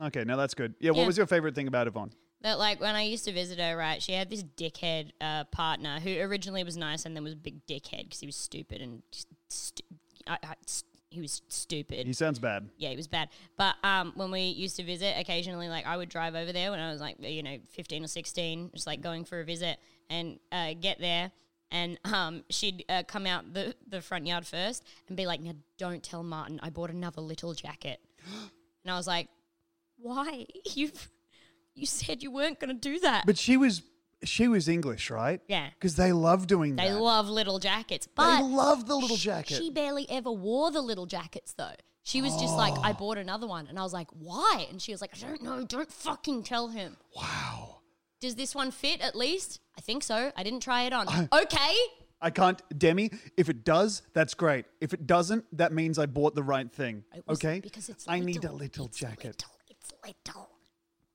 S2: Okay, now that's good. Yeah, what
S3: Yeah.
S2: was your favorite thing about Yvonne?
S3: That, like, when I used to visit her, right, she had this dickhead uh, partner who originally was nice and then was a big dickhead because he was stupid and. Just stu- I, I- s- he was stupid.
S2: He sounds bad.
S3: yeah, it was bad. But um, when we used to visit occasionally, like I would drive over there when I was like, you know, 15 or 16, just like going for a visit and uh, get there. And um, she'd uh, come out the, the front yard first and be like, now don't tell Martin, I bought another little jacket. and I was like, why? You've, you said you weren't going to do that.
S2: But she was she was English, right?
S3: Uh, Yeah.
S2: because they love doing
S3: they
S2: that.
S3: love little jackets. But
S2: they love the little jacket.
S3: She barely ever wore the little jackets though. She was just like,
S2: Oh.
S3: I bought another one. And I was like, why? And she was like, I don't know. Don't fucking tell him.
S2: wow,
S3: Does this one fit at least? I think so. I didn't try it on. okay.
S2: I can't, Demi. If it does, that's great. If it doesn't, that means I bought the right thing.
S3: It was-
S2: Okay,
S3: Because it's
S2: I
S3: little.
S2: need a little
S3: It's
S2: jacket.
S3: little. It's little.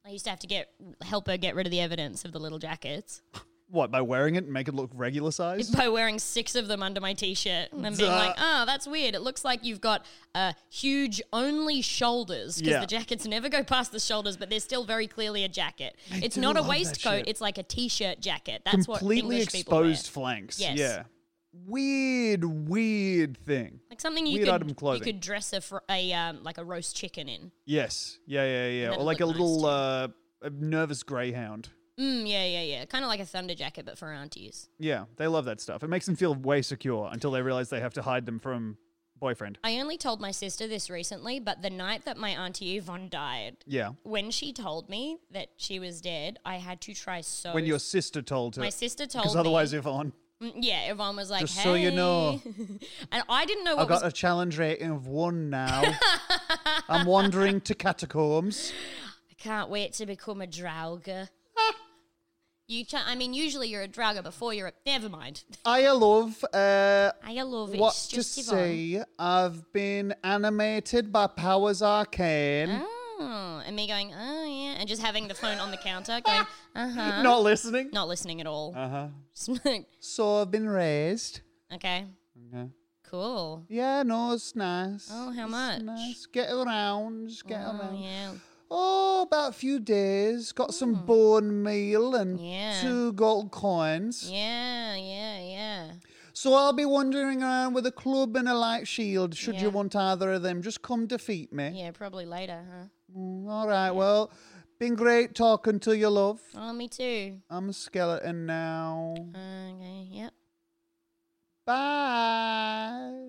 S3: I used to have to get help her get rid of the evidence of the little jackets
S2: What by wearing it and make it look regular size?
S3: by wearing six of them under my t-shirt and then being like, "Oh, that's weird. It looks like you've got uh, huge only shoulders because
S2: Yeah.
S3: the jackets never go past the shoulders, but they're still very clearly a jacket. it's
S2: do
S3: not a
S2: love that
S3: waistcoat.
S2: shit.
S3: It's like a t-shirt jacket. That's what
S2: Completely
S3: English people wear.
S2: exposed flanks.
S3: Yes.
S2: Yeah. Weird, weird thing.
S3: Like something you
S2: Weird
S3: could
S2: item
S3: you
S2: clothing.
S3: could dress a fr- a um, like a roast chicken in.
S2: Yes. Yeah, yeah, yeah.
S3: then
S2: Or
S3: it
S2: like a
S3: looked nice
S2: little
S3: too.
S2: uh, a nervous greyhound.
S3: Mm, yeah, yeah, yeah. Kind of like a thunder jacket, but for aunties.
S2: Yeah, they love that stuff. It makes them feel way secure until they realize they have to hide them from boyfriend.
S3: I only told my sister this recently, but the night that my auntie Yvonne died,
S2: Yeah.
S3: when she told me that she was dead, I had to try so
S2: When your sister told her.
S3: My sister told
S2: Because otherwise,
S3: me.
S2: if on,
S3: Mm, Yeah, everyone was like,
S2: Just
S3: hey.
S2: so you know.
S3: and I didn't know
S2: I
S3: what was.
S2: got a challenge rating of one now. I'm wandering to catacombs.
S3: I can't wait to become a draugr. You, ch- I mean, usually you're a drugger before you're a. Never mind.
S2: I love uh,
S3: I love it.
S2: what
S3: it's
S2: to
S3: just divine.
S2: see. I've been animated by Powers Arcane.
S3: Oh, and me going, oh yeah, and just having the phone on the counter, going, uh huh,
S2: Not listening.
S3: not listening at all.
S2: Uh huh.
S3: okay,
S2: So I've been raised. Okay.
S3: cool.
S2: Yeah, no, it's nice.
S3: Oh, how
S2: It's
S3: much?
S2: Nice. Get around. Just get
S3: Oh
S2: around.
S3: yeah, Hmm.
S2: Oh, about a few days. Got some bone meal and
S3: Yeah.
S2: two gold coins.
S3: yeah, yeah, yeah.
S2: So I'll be wandering around with a club and a light shield. Should you
S3: Yeah.
S2: want either of them, just come defeat me.
S3: Yeah, probably later, huh?
S2: Mm, All right. Well, been great talking to you, love.
S3: Oh, me too.
S2: I'm a skeleton now.
S3: Okay, yep.
S2: Bye.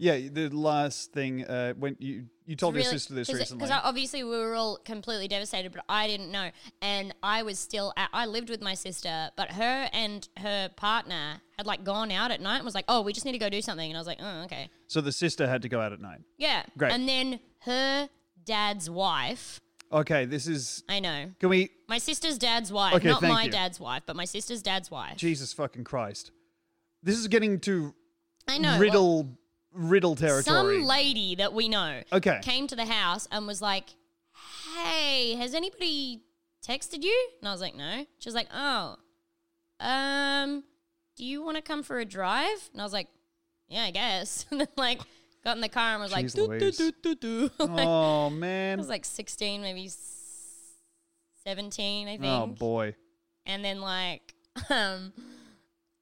S2: Yeah, the last thing uh, when you you told your sister this recently.
S3: Because obviously we were all completely devastated, but I didn't know. And I was still, at, I lived with my sister, but her and her partner had like gone out at night and was like, oh, we just need to go do something. And I was like, oh, okay.
S2: so the sister had to go out at night.
S3: Yeah.
S2: Great.
S3: And then her dad's wife,
S2: Okay, this is.
S3: I know.
S2: Can we?
S3: My sister's dad's wife,
S2: Okay,
S3: not
S2: thank
S3: my
S2: you.
S3: dad's wife, but my sister's dad's wife.
S2: Jesus fucking Christ! This is getting to
S3: I know. well,
S2: riddle riddle territory.
S3: some lady that we know
S2: Okay.
S3: came to the house and was like, "Hey, has anybody texted you?" And I was like, "No." She was like, "Oh, um, do you want to come for a drive?" And I was like, "Yeah, I guess." And then like got in the car and was like,
S2: Jeez
S3: "Doo doo
S2: Louise.
S3: doo doo doo." Like,
S2: oh
S3: I
S2: man!
S3: was like sixteen, maybe s- seventeen, I think.
S2: oh boy!
S3: And then like um,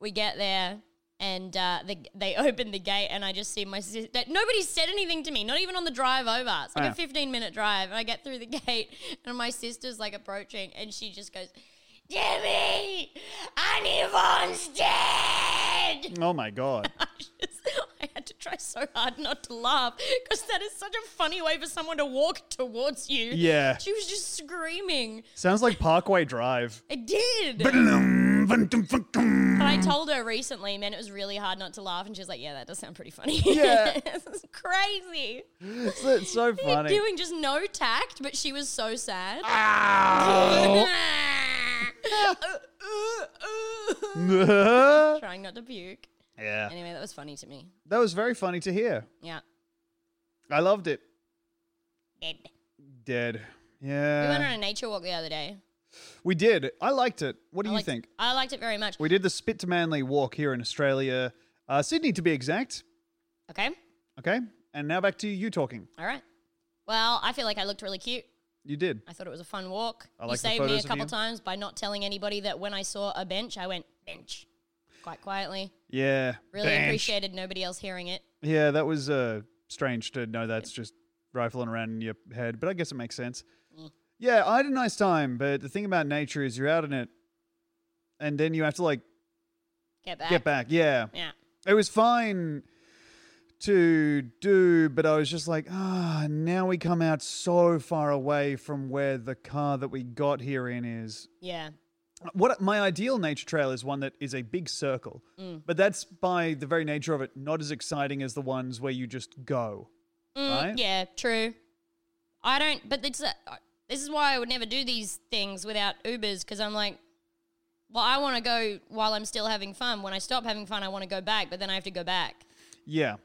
S3: we get there and uh, the, they open the gate and I just see my sister. Nobody said anything to me, not even on the drive over. It's like
S2: Ah.
S3: a 15 minute drive. And I get through the gate and my sister's like approaching and she just goes, Debbie, Annie Vaughn's dead.
S2: Oh my God!
S3: I just- I had to try so hard not to laugh because that is such a funny way for someone to walk towards you.
S2: Yeah.
S3: She was just screaming.
S2: Sounds like Parkway Drive.
S3: I did. But I told her recently, man, it was really hard not to laugh, and she was like, "Yeah, that does sound pretty funny."
S2: Yeah.
S3: this is crazy.
S2: It's, it's so
S3: You're
S2: funny.
S3: doing just no tact, but she was so sad.
S2: yeah,
S3: Trying not to puke.
S2: that
S3: Anyway, that was funny to me.
S2: was very funny to hear.
S3: Yeah.
S2: I loved it.
S3: Dead.
S2: Dead.
S3: we went on
S2: Yeah,
S3: a nature walk the other day.
S2: we did. I liked it. What do
S3: I
S2: you
S3: liked,
S2: think?
S3: I liked it very much.
S2: We did the Spit to Manly walk here in Australia, uh, Sydney to be exact.
S3: Okay.
S2: Okay, and now back to you talking.
S3: All right. Well, I feel like I looked really cute.
S2: You did.
S3: I thought it was a fun walk.
S2: I
S3: you
S2: like the
S3: saved me a
S2: photos of
S3: couple
S2: you.
S3: times by not telling anybody that when I saw a bench, I went bench quite quietly.
S2: Yeah.
S3: Really
S2: Bench.
S3: appreciated nobody else hearing it.
S2: Yeah, that was uh, strange to know that's just rifling around in your head, but I guess it makes sense.
S3: Mm.
S2: Yeah, I had a nice time, but the thing about nature is you're out in it, and then you have to like
S3: Get back.
S2: get back. Yeah,
S3: Yeah.
S2: it was fine to do, but I was just like, ah, now we come out so far away from where the car that we got here in is.
S3: Yeah.
S2: What my ideal nature trail is one that is a big circle, but that's by the very nature of it not as exciting as the ones where you just go.
S3: Mm,
S2: Right?
S3: Yeah, true. I don't, but it's, uh, this is why I would never do these things without Ubers because I'm like, well, I want to go while I'm still having fun. When I stop having fun, I want to go back, but then I have to go back.
S2: Yeah.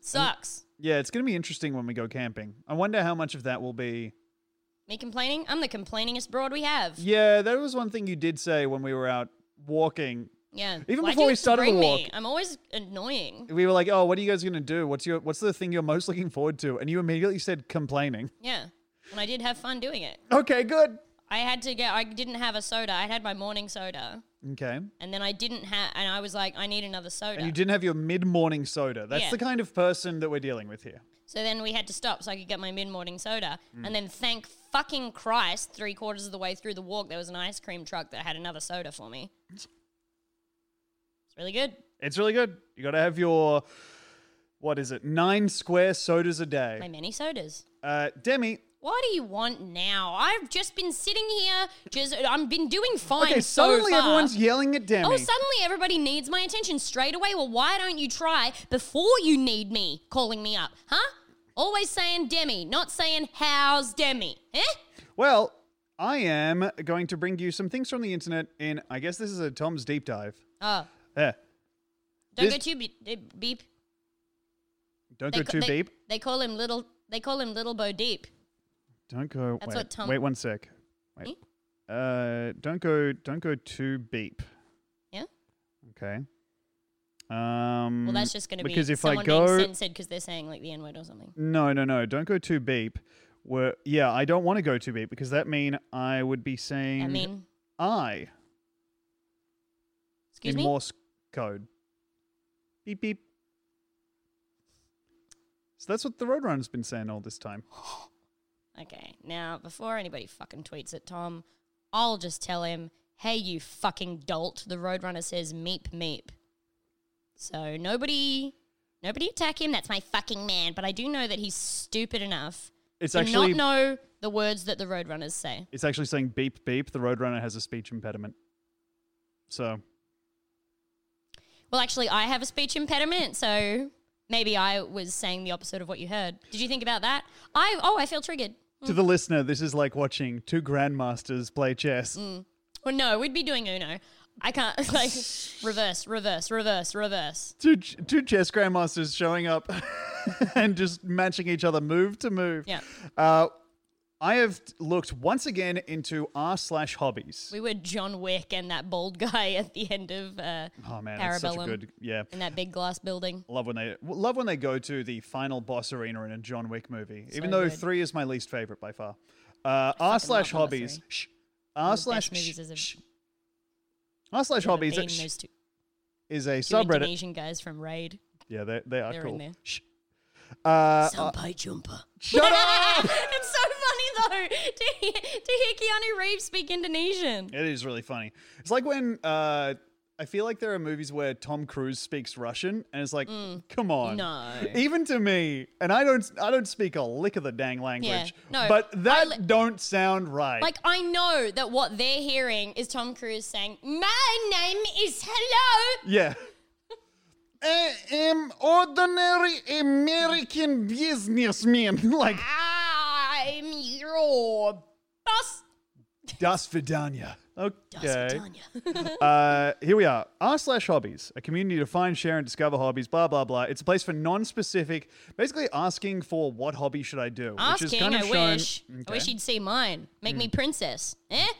S3: Sucks.
S2: Yeah, it's going to be interesting when we go camping. I wonder how much of that will be.
S3: Me complaining? I'm the complainingest broad we have.
S2: Yeah, that was one thing you did say when we were out walking.
S3: Yeah.
S2: Even
S3: Why do
S2: before
S3: you
S2: we
S3: have to
S2: started the
S3: bring me?
S2: walk.
S3: I'm always annoying.
S2: We were like, "Oh, what are you guys going to do? What's your what's the thing you're most looking forward to?" And you immediately said complaining.
S3: Yeah. And I did have fun doing it.
S2: Okay, good.
S3: I had to get, I didn't have a soda. I had my morning soda.
S2: Okay.
S3: And then I didn't have, and I was like, I need another soda.
S2: And you didn't have your mid-morning soda. That's
S3: Yeah.
S2: the kind of person that we're dealing with here.
S3: So then we had to stop so I could get my mid morning soda.
S2: Mm.
S3: And then thank fucking Christ, three quarters of the way through the walk, there was an ice cream truck that had another soda for me. It's really good.
S2: It's really good. You got to have your what is it? 9 square sodas a
S3: My
S2: day.
S3: many sodas.
S2: Uh, Demi,
S3: What do you want now? I've just been sitting here, just I've been doing fine.
S2: okay,
S3: so
S2: suddenly
S3: far.
S2: everyone's yelling at Demi.
S3: Oh, suddenly everybody needs my attention straight away. Well, why don't you try before you need me calling me up, huh? Always saying Demi, not saying how's Demi, eh?
S2: Well, I am going to bring you some things from the internet, and I guess this is a Tom's deep dive.
S3: Oh,
S2: Yeah.
S3: don't
S2: This-
S3: go too beep. beep- beep.
S2: Don't
S3: They
S2: go
S3: ca-
S2: too
S3: they,
S2: deep.
S3: They call him little. They call him Little Bo Deep.
S2: Don't go.
S3: That's
S2: wait,
S3: what Tom-
S2: wait one sec. Wait. Uh, don't go. Don't go too beep.
S3: Yeah.
S2: Okay. Um.
S3: Well, that's just going to be
S2: because if I
S3: someone
S2: go,
S3: being censored because they're saying like the N word or something.
S2: no, no, no. Don't go too beep. Were yeah, I don't want to go too beep because that mean I would be saying
S3: I mean,
S2: I
S3: excuse
S2: in
S3: me.
S2: Morse code. Beep beep. So that's what the Roadrunner's been saying all this time.
S3: Okay, now before anybody fucking tweets at Tom, I'll just tell him, "Hey, you fucking dolt!" The Roadrunner says, "Meep meep." So nobody, nobody attack him. That's my fucking man. But I do know that he's stupid enough
S2: It's
S3: to
S2: actually
S3: not know the words that the Roadrunners say.
S2: it's actually saying beep beep. The Roadrunner has a speech impediment. So
S3: Well, actually, I have a speech impediment, so maybe I was saying the opposite of what you heard. Did you think about that? I oh, I feel triggered.
S2: to the listener, this is like watching two grandmasters play chess.
S3: Hmm. Well, no, we'd be doing Uno. I can't like reverse, reverse, reverse, reverse.
S2: Two ch- two chess grandmasters showing up and just matching each other move to move.
S3: Yeah,
S2: Uh, I have looked once again into r slash hobbies.
S3: we were John Wick and that bald guy at the end of uh,
S2: Oh man, it's such a
S3: Parabellum.
S2: good yeah.
S3: in that big glass building.
S2: Love when they love when they go to the final boss arena in a John Wick movie. Even
S3: So
S2: though
S3: good.
S2: three is my least favorite by far. Uh, R slash
S3: love number
S2: hobbies.
S3: three.
S2: Shh.
S3: One
S2: R
S3: of the
S2: slash
S3: best movies as a-
S2: shh. R slash
S3: Would have
S2: hobbies
S3: been
S2: shh,
S3: those two,
S2: is a
S3: two
S2: subreddit.
S3: Indonesian guys from Raid.
S2: Yeah, they they are
S3: They're in
S2: cool.
S3: there.
S2: Shh. Uh, uh,
S3: Sampai jumpa.
S2: shut up!
S3: it's so funny though to hear, to hear Keanu Reeves speak Indonesian.
S2: It is really funny. It's like when uh, I feel like there are movies where Tom Cruise speaks Russian, and it's like, come on,
S3: Mm. No.
S2: even to me, and I don't, I don't speak a lick of the dang language.
S3: no,
S2: but
S3: I
S2: that
S3: li-
S2: don't sound right.
S3: Like I know that what they're hearing is Tom Cruise saying, "My name is hello."
S2: yeah. I am ordinary American businessman. like
S3: I'm your boss.
S2: Das Vidania. Okay.
S3: Tanya.
S2: Uh, here we are. R slash hobbies, a community to find, share, and discover hobbies. Blah blah blah. It's a place for non-specific, basically asking for what hobby should I do, which is
S3: Asking,
S2: kind of
S3: I
S2: shown-
S3: wish. I wish
S2: Okay. Hmm.
S3: you'd see mine. Make me princess. Eh?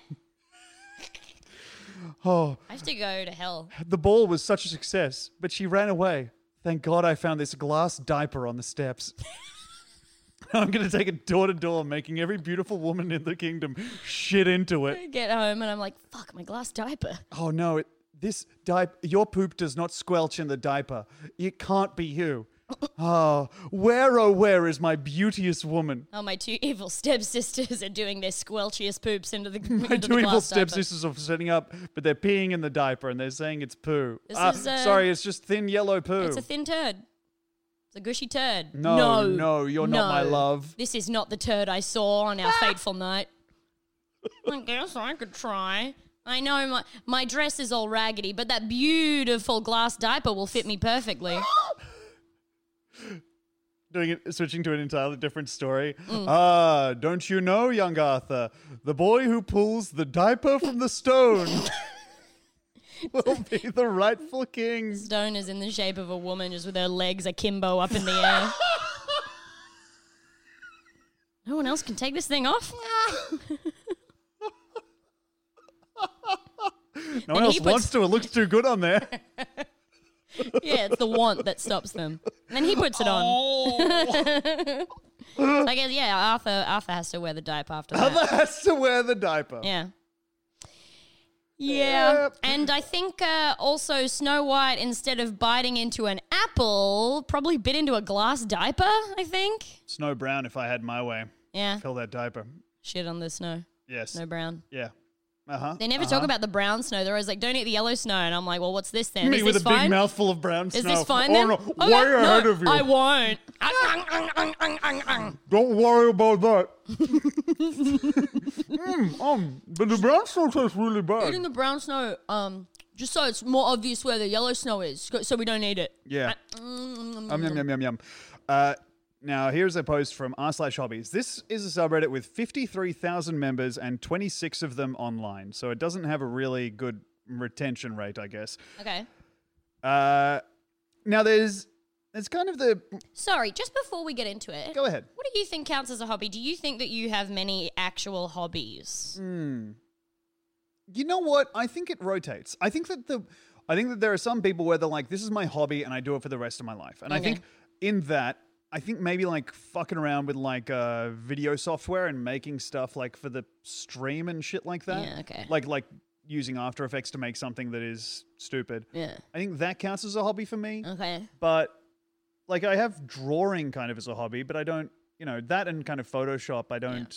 S2: Oh,
S3: I have to go to hell.
S2: the ball was such a success, but she ran away. Thank God I found this glass diaper on the steps. I'm gonna take it door to door, making every beautiful woman in the kingdom shit into it.
S3: I get home and I'm like, fuck, my glass diaper.
S2: Oh no, it, this diaper, your poop does not squelch in the diaper. It can't be you. Oh, where oh where is my beauteous woman?
S3: Oh, my two evil stepsisters are doing their squelchiest poops into the
S2: My
S3: into
S2: two
S3: the
S2: evil
S3: glass diaper.
S2: stepsisters are setting up, but they're peeing in the diaper and they're saying it's poo.
S3: This
S2: Ah,
S3: is, uh,
S2: sorry, it's just thin yellow poo.
S3: It's a thin turd. It's a gushy turd.
S2: No,
S3: no,
S2: no, you're not my
S3: no.
S2: love.
S3: This is not the turd I saw on our fateful night. I guess I could try. I know my my dress is all raggedy, but that beautiful glass diaper will fit me perfectly.
S2: Doing it, switching to an entirely different story.
S3: Mm.
S2: Ah, don't you know, young Arthur, the boy who pulls the diaper from the stone will be the rightful king.
S3: Stone is in the shape of a woman, just with her legs akimbo up in the air. no one else can take this thing off.
S2: No one
S3: And
S2: else
S3: he puts-
S2: wants to. It looks too good on there.
S3: Yeah, it's the want that stops them. And then he puts it on.
S2: Oh.
S3: so I guess yeah, Arthur Arthur has to wear the diaper after that.
S2: Mother has to wear the diaper.
S3: Yeah. Yeah.
S2: Yep.
S3: And I think uh, also Snow White, instead of biting into an apple, probably bit into a glass diaper, I think.
S2: Snow brown, if I had my way.
S3: Yeah.
S2: Fill that diaper.
S3: Shit on the snow.
S2: Yes.
S3: Snow brown.
S2: Yeah. Uh huh.
S3: They never talk about the brown snow. They're always like, don't eat the yellow snow. And I'm like, well, what's this then?
S2: Me
S3: Is
S2: with a
S3: this fine?
S2: big mouthful of brown
S3: Is
S2: snow.
S3: this fine
S2: oh,
S3: then?
S2: No.
S3: Okay,
S2: Way ahead
S3: no,
S2: of you.
S3: I won't. I-
S2: Don't worry about that. mm, um, but the brown snow tastes really
S3: Eating
S2: bad.
S3: the brown snow, um, just so it's more obvious where the yellow snow is, so we don't eat it. mm.
S2: Yeah. Um, yum, yum, yum, yum. Uh, Now, here's a post from r slash hobbies. This is a subreddit with 53,000 members and 26 of them online. So it doesn't have a really good retention rate, I guess.
S3: Okay.
S2: Uh, now, there's, it's kind of the,
S3: Sorry, just before we get into it.
S2: go ahead.
S3: What do you think counts as a hobby? Do you think that you have many actual hobbies?
S2: You know what? I think it rotates. I think that the I think that there are some people where they're like, this is my hobby and I do it for the rest of my life. And I think in that, I think maybe like fucking around with like uh video software and making stuff like for the stream and shit like that.
S3: Yeah, okay.
S2: Like like using After Effects to make something that is stupid.
S3: Yeah. Oh,
S2: I think that counts as a hobby for me.
S3: Okay.
S2: But like I have drawing kind of as a hobby, but I don't you know, that and kind of Photoshop I don't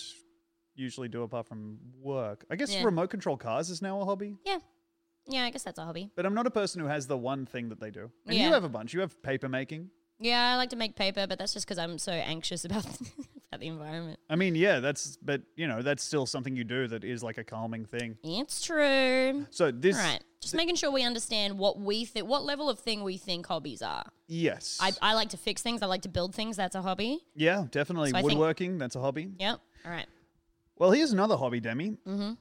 S2: usually do apart from work. I guess
S3: Yeah.
S2: remote control cars is now a hobby.
S3: Yeah. Yeah, I guess that's a hobby.
S2: But I'm not a person who has the one thing that they do. And you
S3: Yeah.
S2: have a bunch. You have paper making.
S3: Yeah, I like to make paper, but that's just because I'm so anxious about about the environment.
S2: I mean, yeah, that's but you know, that's still something you do that is like a calming thing.
S3: It's true.
S2: So this
S3: All right, just making sure we understand what we think, what level of thing we think hobbies are.
S2: yes.
S3: I, I like to fix things. I like to build things. That's a hobby.
S2: yeah, definitely
S3: So I think-
S2: woodworking, that's a hobby.
S3: Yep. All right.
S2: Well, here's another hobby, Demi. Mm-hmm.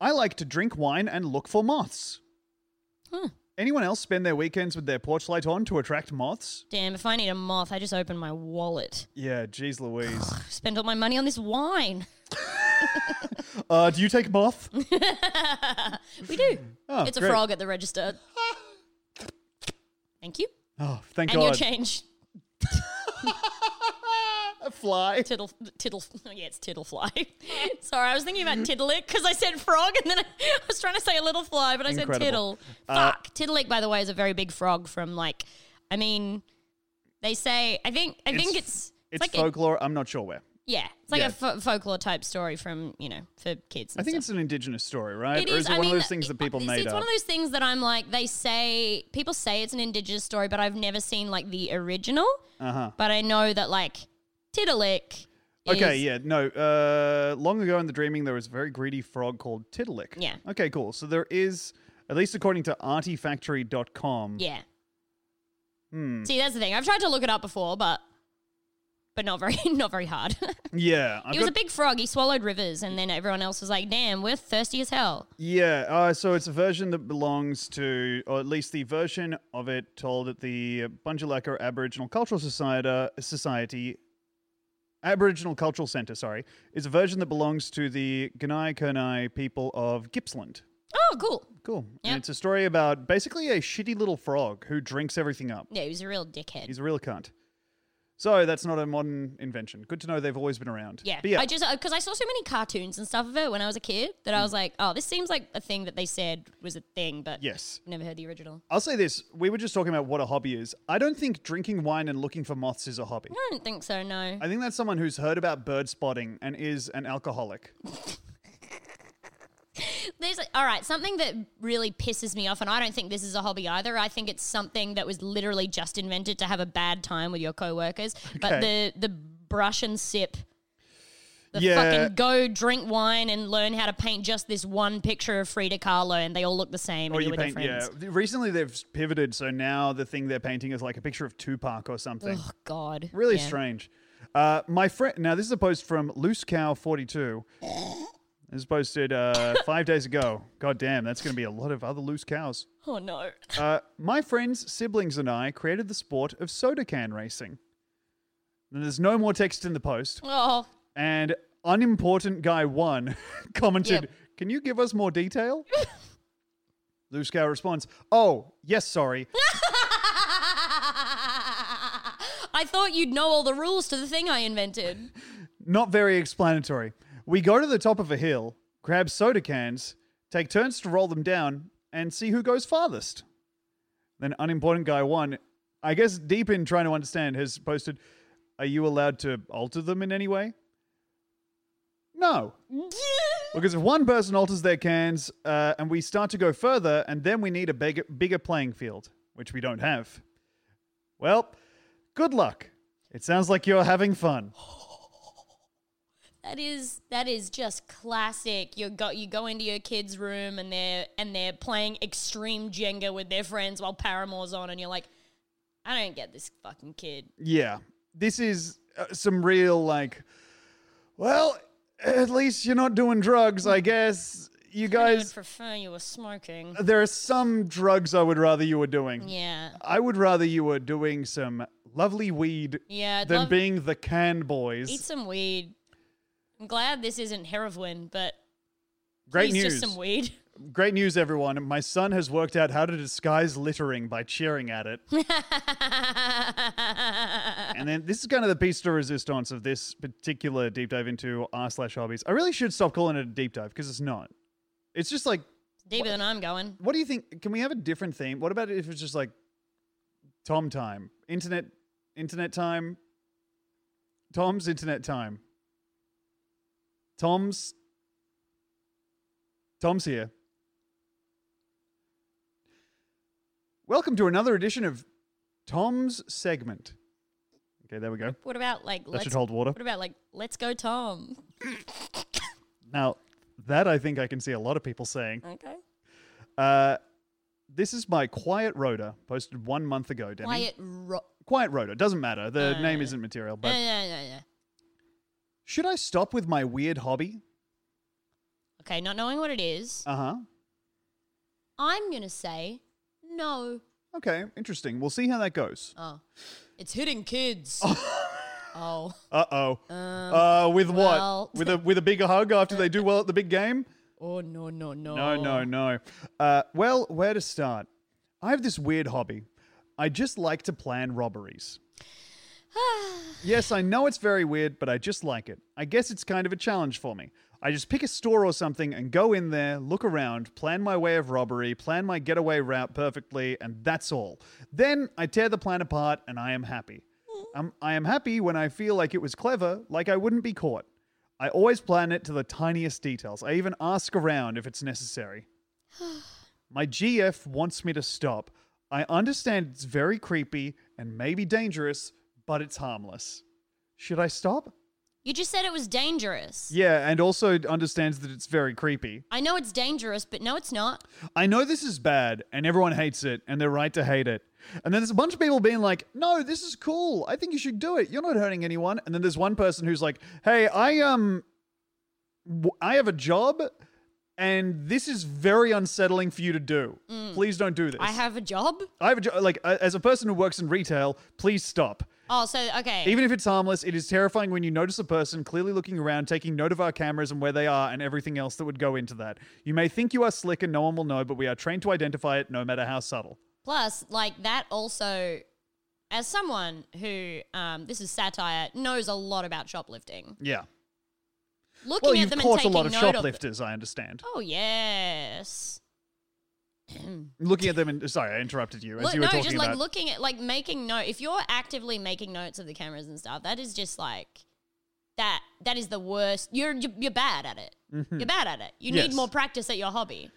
S2: I like to drink wine and look for moths.
S3: Huh.
S2: Anyone else spend their weekends with their porch light on to attract moths?
S3: Damn, if I need a moth, I just open my wallet.
S2: Yeah, geez Louise.
S3: Spend all my money on this wine.
S2: uh, do you take moth?
S3: We do.
S2: Oh,
S3: it's a
S2: great.
S3: frog at the register. Thank you.
S2: Oh, thank
S3: and your
S2: God.
S3: change.
S2: A fly.
S3: Tittle, tittle. Yeah, it's tittle fly. Sorry, I was thinking about tiddlick because I said frog and then I, I was trying to say a little fly, but I said
S2: Incredible. Uh,
S3: tittle. Fuck. Tiddlick, by the way, is a very big frog from like, I mean, they say, I think, I think it's,
S2: it's
S3: like a-
S2: folklore. i I'm not sure where.
S3: yeah, it's like
S2: Yeah.
S3: a fo- folklore type story from, you know, for kids.
S2: I
S3: and
S2: think
S3: stuff.
S2: it's an indigenous story, right?
S3: It
S2: or is, it
S3: I
S2: one
S3: mean,
S2: of those things that
S3: it-
S2: people
S3: it's,
S2: made
S3: It's
S2: up?
S3: one of those things that I'm like, they say people say it's an indigenous story, but I've never seen like the original.
S2: Uh-huh.
S3: But I know that like Tiddalick.
S2: Okay,
S3: is-
S2: yeah, no. Uh, long ago in the dreaming, there was a very greedy frog called Tiddalick.
S3: Yeah.
S2: Okay, cool. So there is, at least according to artifactory.com.
S3: Yeah.
S2: Hmm.
S3: See, that's the thing. I've tried to look it up before, but but not very not very hard.
S2: Yeah. I've
S3: he was a
S2: got-
S3: big frog. He swallowed rivers, and then everyone else was like, "Damn, we're thirsty as hell."
S2: yeah. Uh, so it's a version that belongs to, or at least the version of it told at the Bunjalaka Aboriginal Cultural Society, Society Aboriginal Cultural Centre, sorry, is a version that belongs to the Gunai Kurnai people of Gippsland.
S3: Oh, cool.
S2: Cool.
S3: Yep.
S2: And it's a story about basically a shitty little frog who drinks everything up.
S3: Yeah, he was a real dickhead.
S2: He's a real cunt. So that's not a modern invention. Good to know they've always been around.
S3: Yeah.
S2: But yeah.
S3: I just because I saw so many cartoons and stuff of it when I was a kid that
S2: Mm.
S3: I was like, oh, this seems like a thing that they said was a thing, but
S2: yes.
S3: I've never heard the original.
S2: I'll say this. We were just talking about what a hobby is. I don't think drinking wine and looking for moths is a hobby.
S3: I don't think so. No.
S2: I think that's someone who's heard about bird spotting and is an alcoholic.
S3: There's all right. Something that really pisses me off, and I don't think this is a hobby either. I think it's something that was literally just invented to have a bad time with your coworkers. But
S2: Okay.
S3: the the brush and sip. The
S2: Yeah.
S3: fucking go drink wine and learn how to paint just this one picture of Frida Kahlo, and they all look the same.
S2: Or
S3: and
S2: you
S3: you were their
S2: paint, yeah.
S3: friends.
S2: Recently they've pivoted, so now the thing they're painting is like a picture of Tupac or something.
S3: Oh God,
S2: Really
S3: Yeah.
S2: strange. Uh, my friend, now this is a post from Loose Cow Forty Two. This was posted uh, five days ago. God damn, that's going to be a lot of other loose cows.
S3: Oh no.
S2: Uh, my friends, siblings, and I created the sport of soda can racing. And there's no more text in the post.
S3: Oh
S2: And unimportant guy one commented,
S3: Yep.
S2: "Can you give us more detail?" Loose cow responds, "Oh yes, sorry.
S3: I thought you'd know all the rules to the thing I invented.
S2: Not very explanatory. We go to the top of a hill, grab soda cans, take turns to roll them down, and see who goes farthest. Then unimportant guy one, I guess deep in trying to understand, has posted, Are you allowed to alter them in any way? No. Because if one person alters their cans uh, and we start to go further, and then we need a big, bigger playing field, which we don't have. Well, good luck. It sounds like you're having fun.
S3: That is that is just classic. You go you go into your kid's room and they're and they're playing extreme Jenga with their friends while Paramore's on, and you're like, I don't get this fucking kid.
S2: Yeah. This is uh, some real like, well, at least you're not doing drugs, I guess. You
S3: I would
S2: guys,
S3: prefer you were smoking.
S2: there are some drugs I would rather you were doing.
S3: Yeah.
S2: I would rather you were doing some lovely weed
S3: Yeah. I'd
S2: than
S3: love-
S2: being the can boys.
S3: eat some weed. I'm glad this isn't heroin, but
S2: Great
S3: please
S2: news.
S3: just some weed.
S2: Great news, everyone. My son has worked out how to disguise littering by cheering at it. and then this is kind of the piece de resistance of this particular deep dive into r slash hobbies. I really should stop calling it a deep dive because it's not. It's just like,
S3: Deeper than I'm going.
S2: what do you think? Can we have a different theme? What about if it's just like Tom time, internet, internet time, Tom's internet time, Tom's, Tom's here. Welcome to another edition of Tom's segment. Okay, there we go.
S3: What about like
S2: That
S3: let's
S2: should hold water.
S3: What about like let's go Tom?
S2: Now, that I think I can see a lot of people saying.
S3: Okay.
S2: Uh, this is my Quiet Rotor, posted one month ago, Demi.
S3: Quiet ro-
S2: Quiet Rotor, doesn't matter. The
S3: Uh,
S2: name isn't material,
S3: No,
S2: but
S3: no, no, no, no.
S2: should I stop with my weird hobby?
S3: Okay, not knowing what it is,
S2: Uh huh.
S3: I'm gonna say no.
S2: Okay, interesting. We'll see how that goes.
S3: Oh, it's hitting kids. oh,
S2: Uh oh.
S3: um,
S2: Uh, with
S3: well.
S2: what? With a with a bigger hug after they do well at the big game?
S3: oh no, no, no,
S2: No, no, no. Uh, well, where to start? I have this weird hobby. I just like to plan robberies. yes, I know it's very weird, but I just like it. I guess it's kind of a challenge for me. I just pick a store or something and go in there, look around, plan my way of robbery, plan my getaway route perfectly, and that's all. Then I tear the plan apart and I am happy. Um, I am happy when I feel like it was clever, like I wouldn't be caught. I always plan it to the tiniest details. I even ask around if it's necessary. My GF wants me to stop. I understand it's very creepy and maybe dangerous, but it's harmless. Should I stop?
S3: You just said it was dangerous.
S2: Yeah, and also it understands that it's very creepy.
S3: I know it's dangerous, but no, it's not.
S2: I know this is bad and everyone hates it and they're right to hate it. And then there's a bunch of people being like, "No, this is cool. I think you should do it. You're not hurting anyone." And then there's one person who's like, "Hey, I um w- I have a job and this is very unsettling for you to do. Please don't do this."
S3: Mm. I have a job.
S2: I have a job like uh, as a person who works in retail, please stop.
S3: Oh, so okay.
S2: Even if it's harmless, it is terrifying when you notice a person clearly looking around, taking note of our cameras and where they are, and everything else that would go into that. You may think you are slick and no one will know, but we are trained to identify it no matter how subtle.
S3: Plus, like that also, as someone who um, this is satire knows a lot about shoplifting.
S2: Yeah.
S3: Looking
S2: Well,
S3: at
S2: you've
S3: them and
S2: caught a
S3: taking
S2: lot of
S3: note of them.
S2: shoplifters, I understand.
S3: Oh yes.
S2: Looking at them and sorry, I interrupted you as
S3: Look,
S2: you were
S3: no,
S2: talking
S3: just
S2: about.
S3: like looking at like making note. If you're actively making notes of the cameras and stuff, that is just like that. That is the worst. You're you're, you're bad at it. You're bad at it. You
S2: Mm-hmm. Yes.
S3: need more practice at your hobby.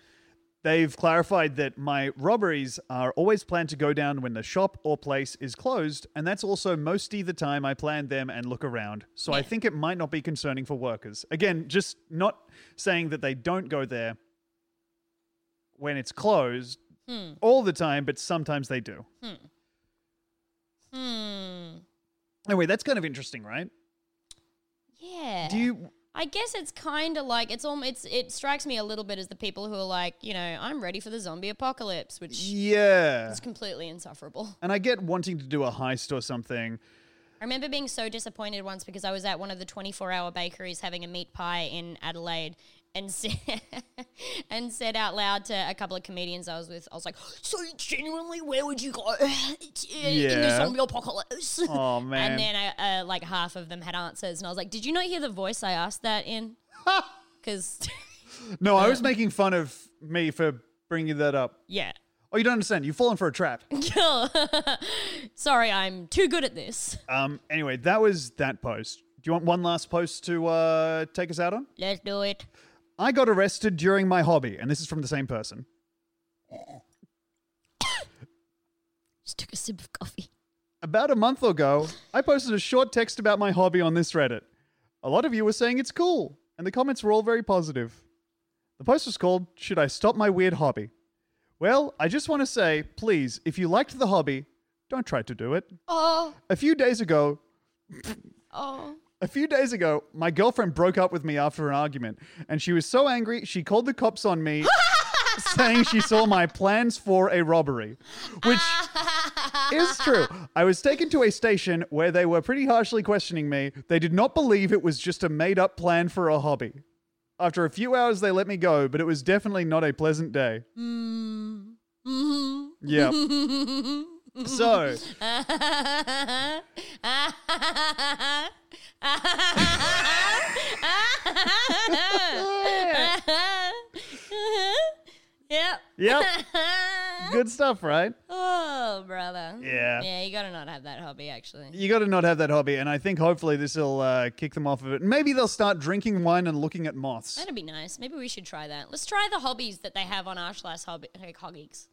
S2: They've clarified that my robberies are always planned to go down when the shop or place is closed, and that's also mostly the time I plan them and look around. So I think it might not be concerning for workers. Again, just not saying that they don't go there when it's closed all the time, but sometimes they do.
S3: Hmm.
S2: Anyway, that's kind of interesting, right?
S3: Yeah.
S2: Do you
S3: I guess it's kind of like it's almost it's it strikes me a little bit as the people who are like, you know, I'm ready for the zombie apocalypse, which
S2: Yeah.
S3: is completely insufferable.
S2: And I get wanting to do a heist or something.
S3: I remember being so disappointed once because I was at one of the 24-hour bakeries having a meat pie in Adelaide and said, and said out loud to a couple of comedians I was with, I was like, "So genuinely, where would you go uh, in the
S2: Yeah.
S3: zombie apocalypse?"
S2: Oh man.
S3: And then I, uh, like half of them had answers, and I was like, "Did you not hear the voice I asked that in?" Because
S2: no, I was making fun of me for bringing that up.
S3: yeah,
S2: Oh, you don't understand. You've fallen for a trap.
S3: Sorry, I'm too good at this.
S2: Um. Anyway, that was that post. Do you want one last post to uh, take us out on?
S3: Let's do it.
S2: I got arrested during my hobby, and this is from the same person.
S3: Just took a sip of coffee.
S2: About a month ago, I posted a short text about my hobby on this Reddit. A lot of you were saying it's cool, and the comments were all very positive. The post was called Should I Stop My Weird Hobby? Well, I just want to say, please, if you liked the hobby, don't try to do it.
S3: Oh,
S2: A few days ago,
S3: Oh.
S2: A few days ago, my girlfriend broke up with me after an argument, and she was so angry she called the cops on me, saying she saw my plans for a robbery, which is true. I was taken to a station where they were pretty harshly questioning me. They did not believe it was just a made up plan for a hobby. After a few hours, they let me go, but it was definitely not a pleasant day. Yeah.
S3: Mm-hmm.
S2: so,
S3: yep.
S2: yep, good stuff, right?
S3: oh, brother.
S2: Yeah.
S3: Yeah, you gotta not have that hobby, actually.
S2: You got to not have that hobby, and I think hopefully this will uh, kick them off of it. Maybe they'll start drinking wine and looking at moths.
S3: That'd be nice. Maybe we should try that. Let's try the hobbies that they have on Arshlas hobby like, hoggies.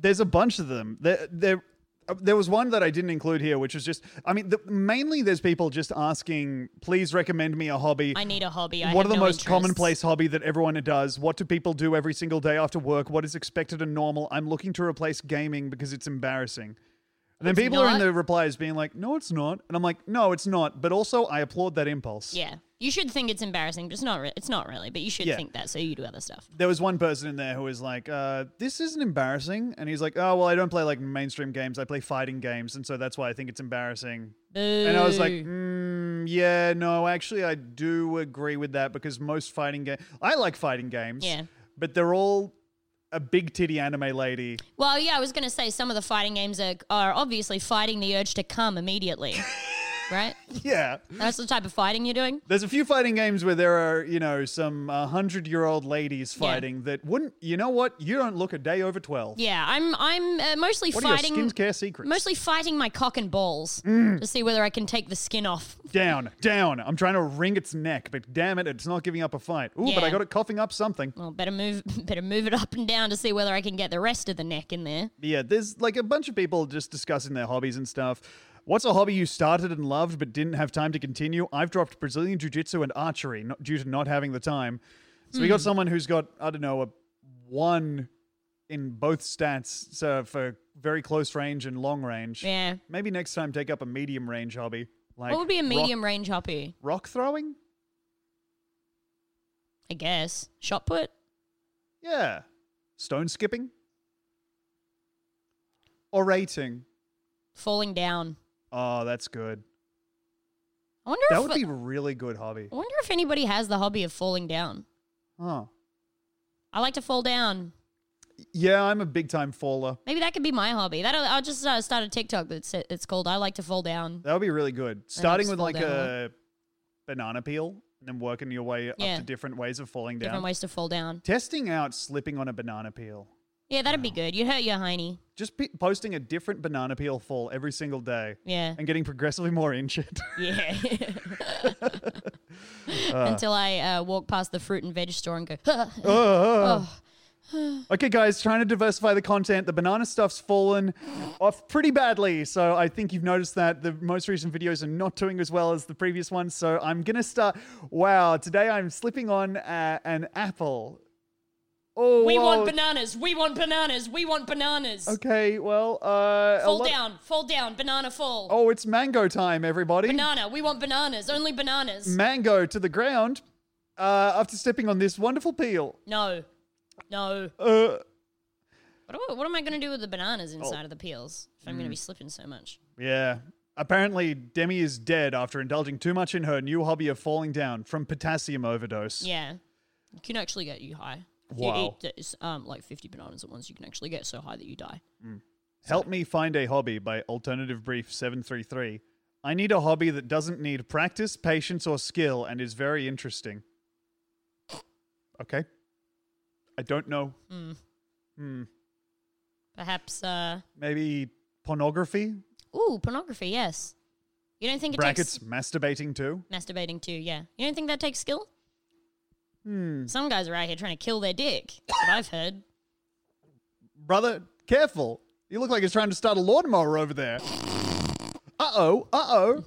S2: There's a bunch of them. There, there, uh, there was one that I didn't include here, which was just. I mean, the, mainly there's people just asking, "Please recommend me a hobby."
S3: I need a hobby. I
S2: what
S3: have
S2: are the
S3: no
S2: most
S3: interests.
S2: commonplace hobby that everyone does? What do people do every single day after work? What is expected and normal? I'm looking to replace gaming because it's embarrassing. And then
S3: It's
S2: people are in
S3: not.
S2: the replies being like, "No, it's not," and I'm like, "No, it's not." But also, I applaud that impulse.
S3: Yeah, you should think it's embarrassing, but it's not. Re- it's not really, but you should
S2: Yeah.
S3: think that so you do other stuff.
S2: there was one person in there who was like, uh, "This isn't embarrassing," and he's like, "Oh well, I don't play like mainstream games. I play fighting games, and so that's why I think it's embarrassing." And I was like,
S3: Boo.
S2: mm, "Yeah, no, actually, I do agree with that because most fighting games, I like fighting games,
S3: Yeah.
S2: but they're all a big titty anime lady.
S3: Well, yeah, I was going to say some of the fighting games are, are obviously fighting the urge to come immediately, right?
S2: Yeah,
S3: That's the type of fighting you're doing.
S2: there's a few fighting games where there are, you know, some uh, hundred-year-old ladies fighting that wouldn't. You know what? You don't look a day over twelve.
S3: Yeah, I'm. I'm uh, mostly
S2: What
S3: fighting.
S2: are your skincare secrets?
S3: Mostly fighting my cock and balls
S2: Mm.
S3: to see whether I can take the skin off.
S2: Down, down. I'm trying to wring its neck, but damn it, it's not giving up a fight. Ooh, but I
S3: Yeah.
S2: got it coughing up something.
S3: Well, better move, better move it up and down to see whether I can get the rest of the neck in there.
S2: Yeah, there's like a bunch of people just discussing their hobbies and stuff. What's a hobby you started and loved but didn't have time to continue? I've dropped Brazilian jiu jitsu and archery not, due to not having the time. So we got
S3: Hmm.
S2: someone who's got, I don't know, a one in both stats so for very close range and long range.
S3: Yeah.
S2: Maybe next time take up a medium range hobby. Like
S3: what would be a
S2: rock-
S3: medium range hobby?
S2: rock throwing?
S3: I guess shot put.
S2: Yeah. Stone skipping? Orating.
S3: falling down.
S2: Oh, that's good.
S3: I wonder
S2: That
S3: if
S2: would be a really good hobby.
S3: I wonder if anybody has the hobby of falling down.
S2: Huh.
S3: I like to fall down.
S2: Yeah, I'm a big time faller.
S3: Maybe that could be my hobby. That I'll just uh, start a TikTok that's it's called "I like to fall down."
S2: That would be really good. Starting with
S3: fall
S2: like
S3: down a
S2: a banana peel and then working your way
S3: Yeah.
S2: up to different ways of falling down.
S3: Different ways to fall down.
S2: Testing out slipping on a banana peel.
S3: Yeah, that'd be good. You'd hurt your hiney.
S2: Just pe posting a different banana peel fall every single day
S3: Yeah,
S2: and getting progressively more injured.
S3: yeah. Until I uh, walk past the fruit and veg store and go,
S2: Ugh. Okay, guys, trying to diversify the content. The banana stuff's fallen off pretty badly. So I think you've noticed that the most recent videos are not doing as well as the previous ones. So I'm going to start. Wow, today I'm slipping on uh, an apple. Oh,
S3: "We want
S2: whoa.
S3: bananas! We want bananas! We want bananas!
S2: Okay, well, uh. a
S3: fall
S2: lot-
S3: down! Fall down! Banana fall!
S2: Oh, it's mango time, everybody.
S3: Banana! We want bananas! Only bananas!
S2: Mango to the ground uh, after stepping on this wonderful peel.
S3: no, no."
S2: Uh,
S3: What, do I- what am I going to do with the bananas inside
S2: Oh.
S3: of the peels if I'm going to be slipping so much?
S2: Yeah. Apparently, Demi is dead after indulging too much in her new hobby of falling down from potassium overdose.
S3: Yeah. You can actually get you high. If You
S2: Wow.
S3: eat th- s- um, like 50 bananas at once, you can actually get so high that you die.
S2: Help me find a hobby by Alternative Brief 733. I need a hobby that doesn't need practice, patience, or skill and is very interesting. Okay. I don't know.
S3: Perhaps, uh,
S2: Maybe pornography?
S3: ooh, pornography, yes. You don't think it
S2: Brackets,
S3: takes
S2: masturbating too?
S3: masturbating too, yeah. You don't think that takes skill? Hmm. Some guys are out here trying to kill their dick. That's what I've heard.
S2: Brother, careful. You look like you're trying to start a lawnmower over there. Uh oh, uh oh.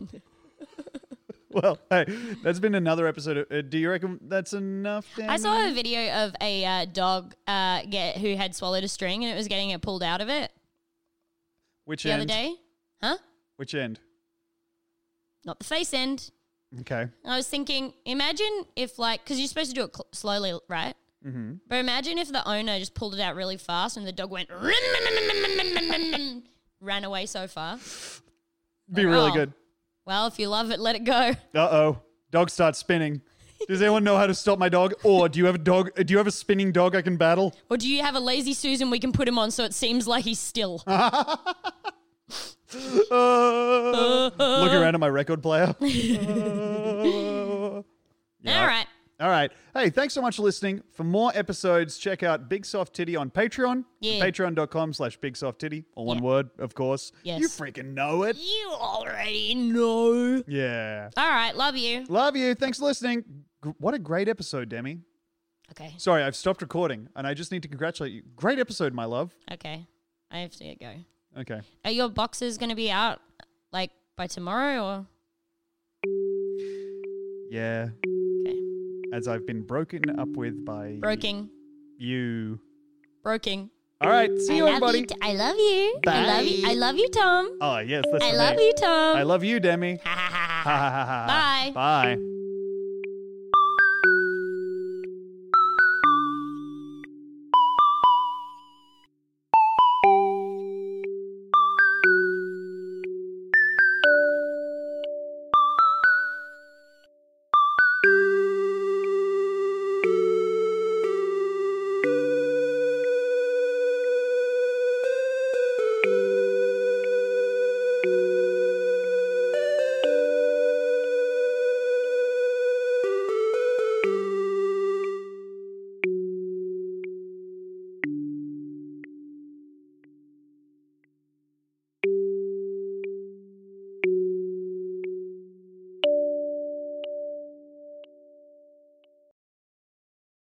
S2: well, hey, that's been another episode. Of, uh, do you reckon that's enough? Dan?
S3: I saw a video of a uh, dog uh, get who had swallowed a string and it was getting it pulled out of it
S2: which
S3: the
S2: end?
S3: other day. Huh?
S2: Which end?
S3: not the face end.
S2: Okay.
S3: And I was thinking, imagine if like, because you're supposed to do it cl- slowly, right? Mm-hmm. But imagine if the owner just pulled it out really fast and the dog went ran away so far.
S2: Be really
S3: Oh.
S2: good.
S3: Well, if you love it, let it go.
S2: Uh oh. Dog starts spinning. Does anyone know how to stop my dog? Or do you have a dog? uh, Do you have a spinning dog I can battle?
S3: Or do you have a lazy Susan we can put him on so it seems like he's still?
S2: Uh, look around at my record player. Uh,
S3: All right.
S2: All right. Hey, thanks so much for listening. For more episodes, check out Big Soft Titty on Patreon.
S3: Yeah.
S2: Patreon.com slash Big Soft Titty. All one
S3: Yeah.
S2: word, of course.
S3: Yes.
S2: You freaking know it.
S3: You already know.
S2: Yeah.
S3: All right. Love you.
S2: Love you. Thanks for listening. G- What a great episode, Demi.
S3: Okay.
S2: Sorry, I've stopped recording and I just need to congratulate you. Great episode, my love.
S3: Okay. I have to go.
S2: Okay.
S3: Are your boxes going to be out like by tomorrow or?
S2: Yeah.
S3: Okay.
S2: As I've been broken up with by
S3: Broking.
S2: you.
S3: Broking.
S2: All right. See you,
S3: I love
S2: everybody.
S3: you. T- I love you. I love you.
S2: Bye.
S3: I love you, Tom.
S2: oh, yes. That's
S3: I
S2: the
S3: love
S2: name.
S3: you, Tom.
S2: I love you, Demi.
S3: Ha, ha, ha, ha.
S2: Bye. Bye.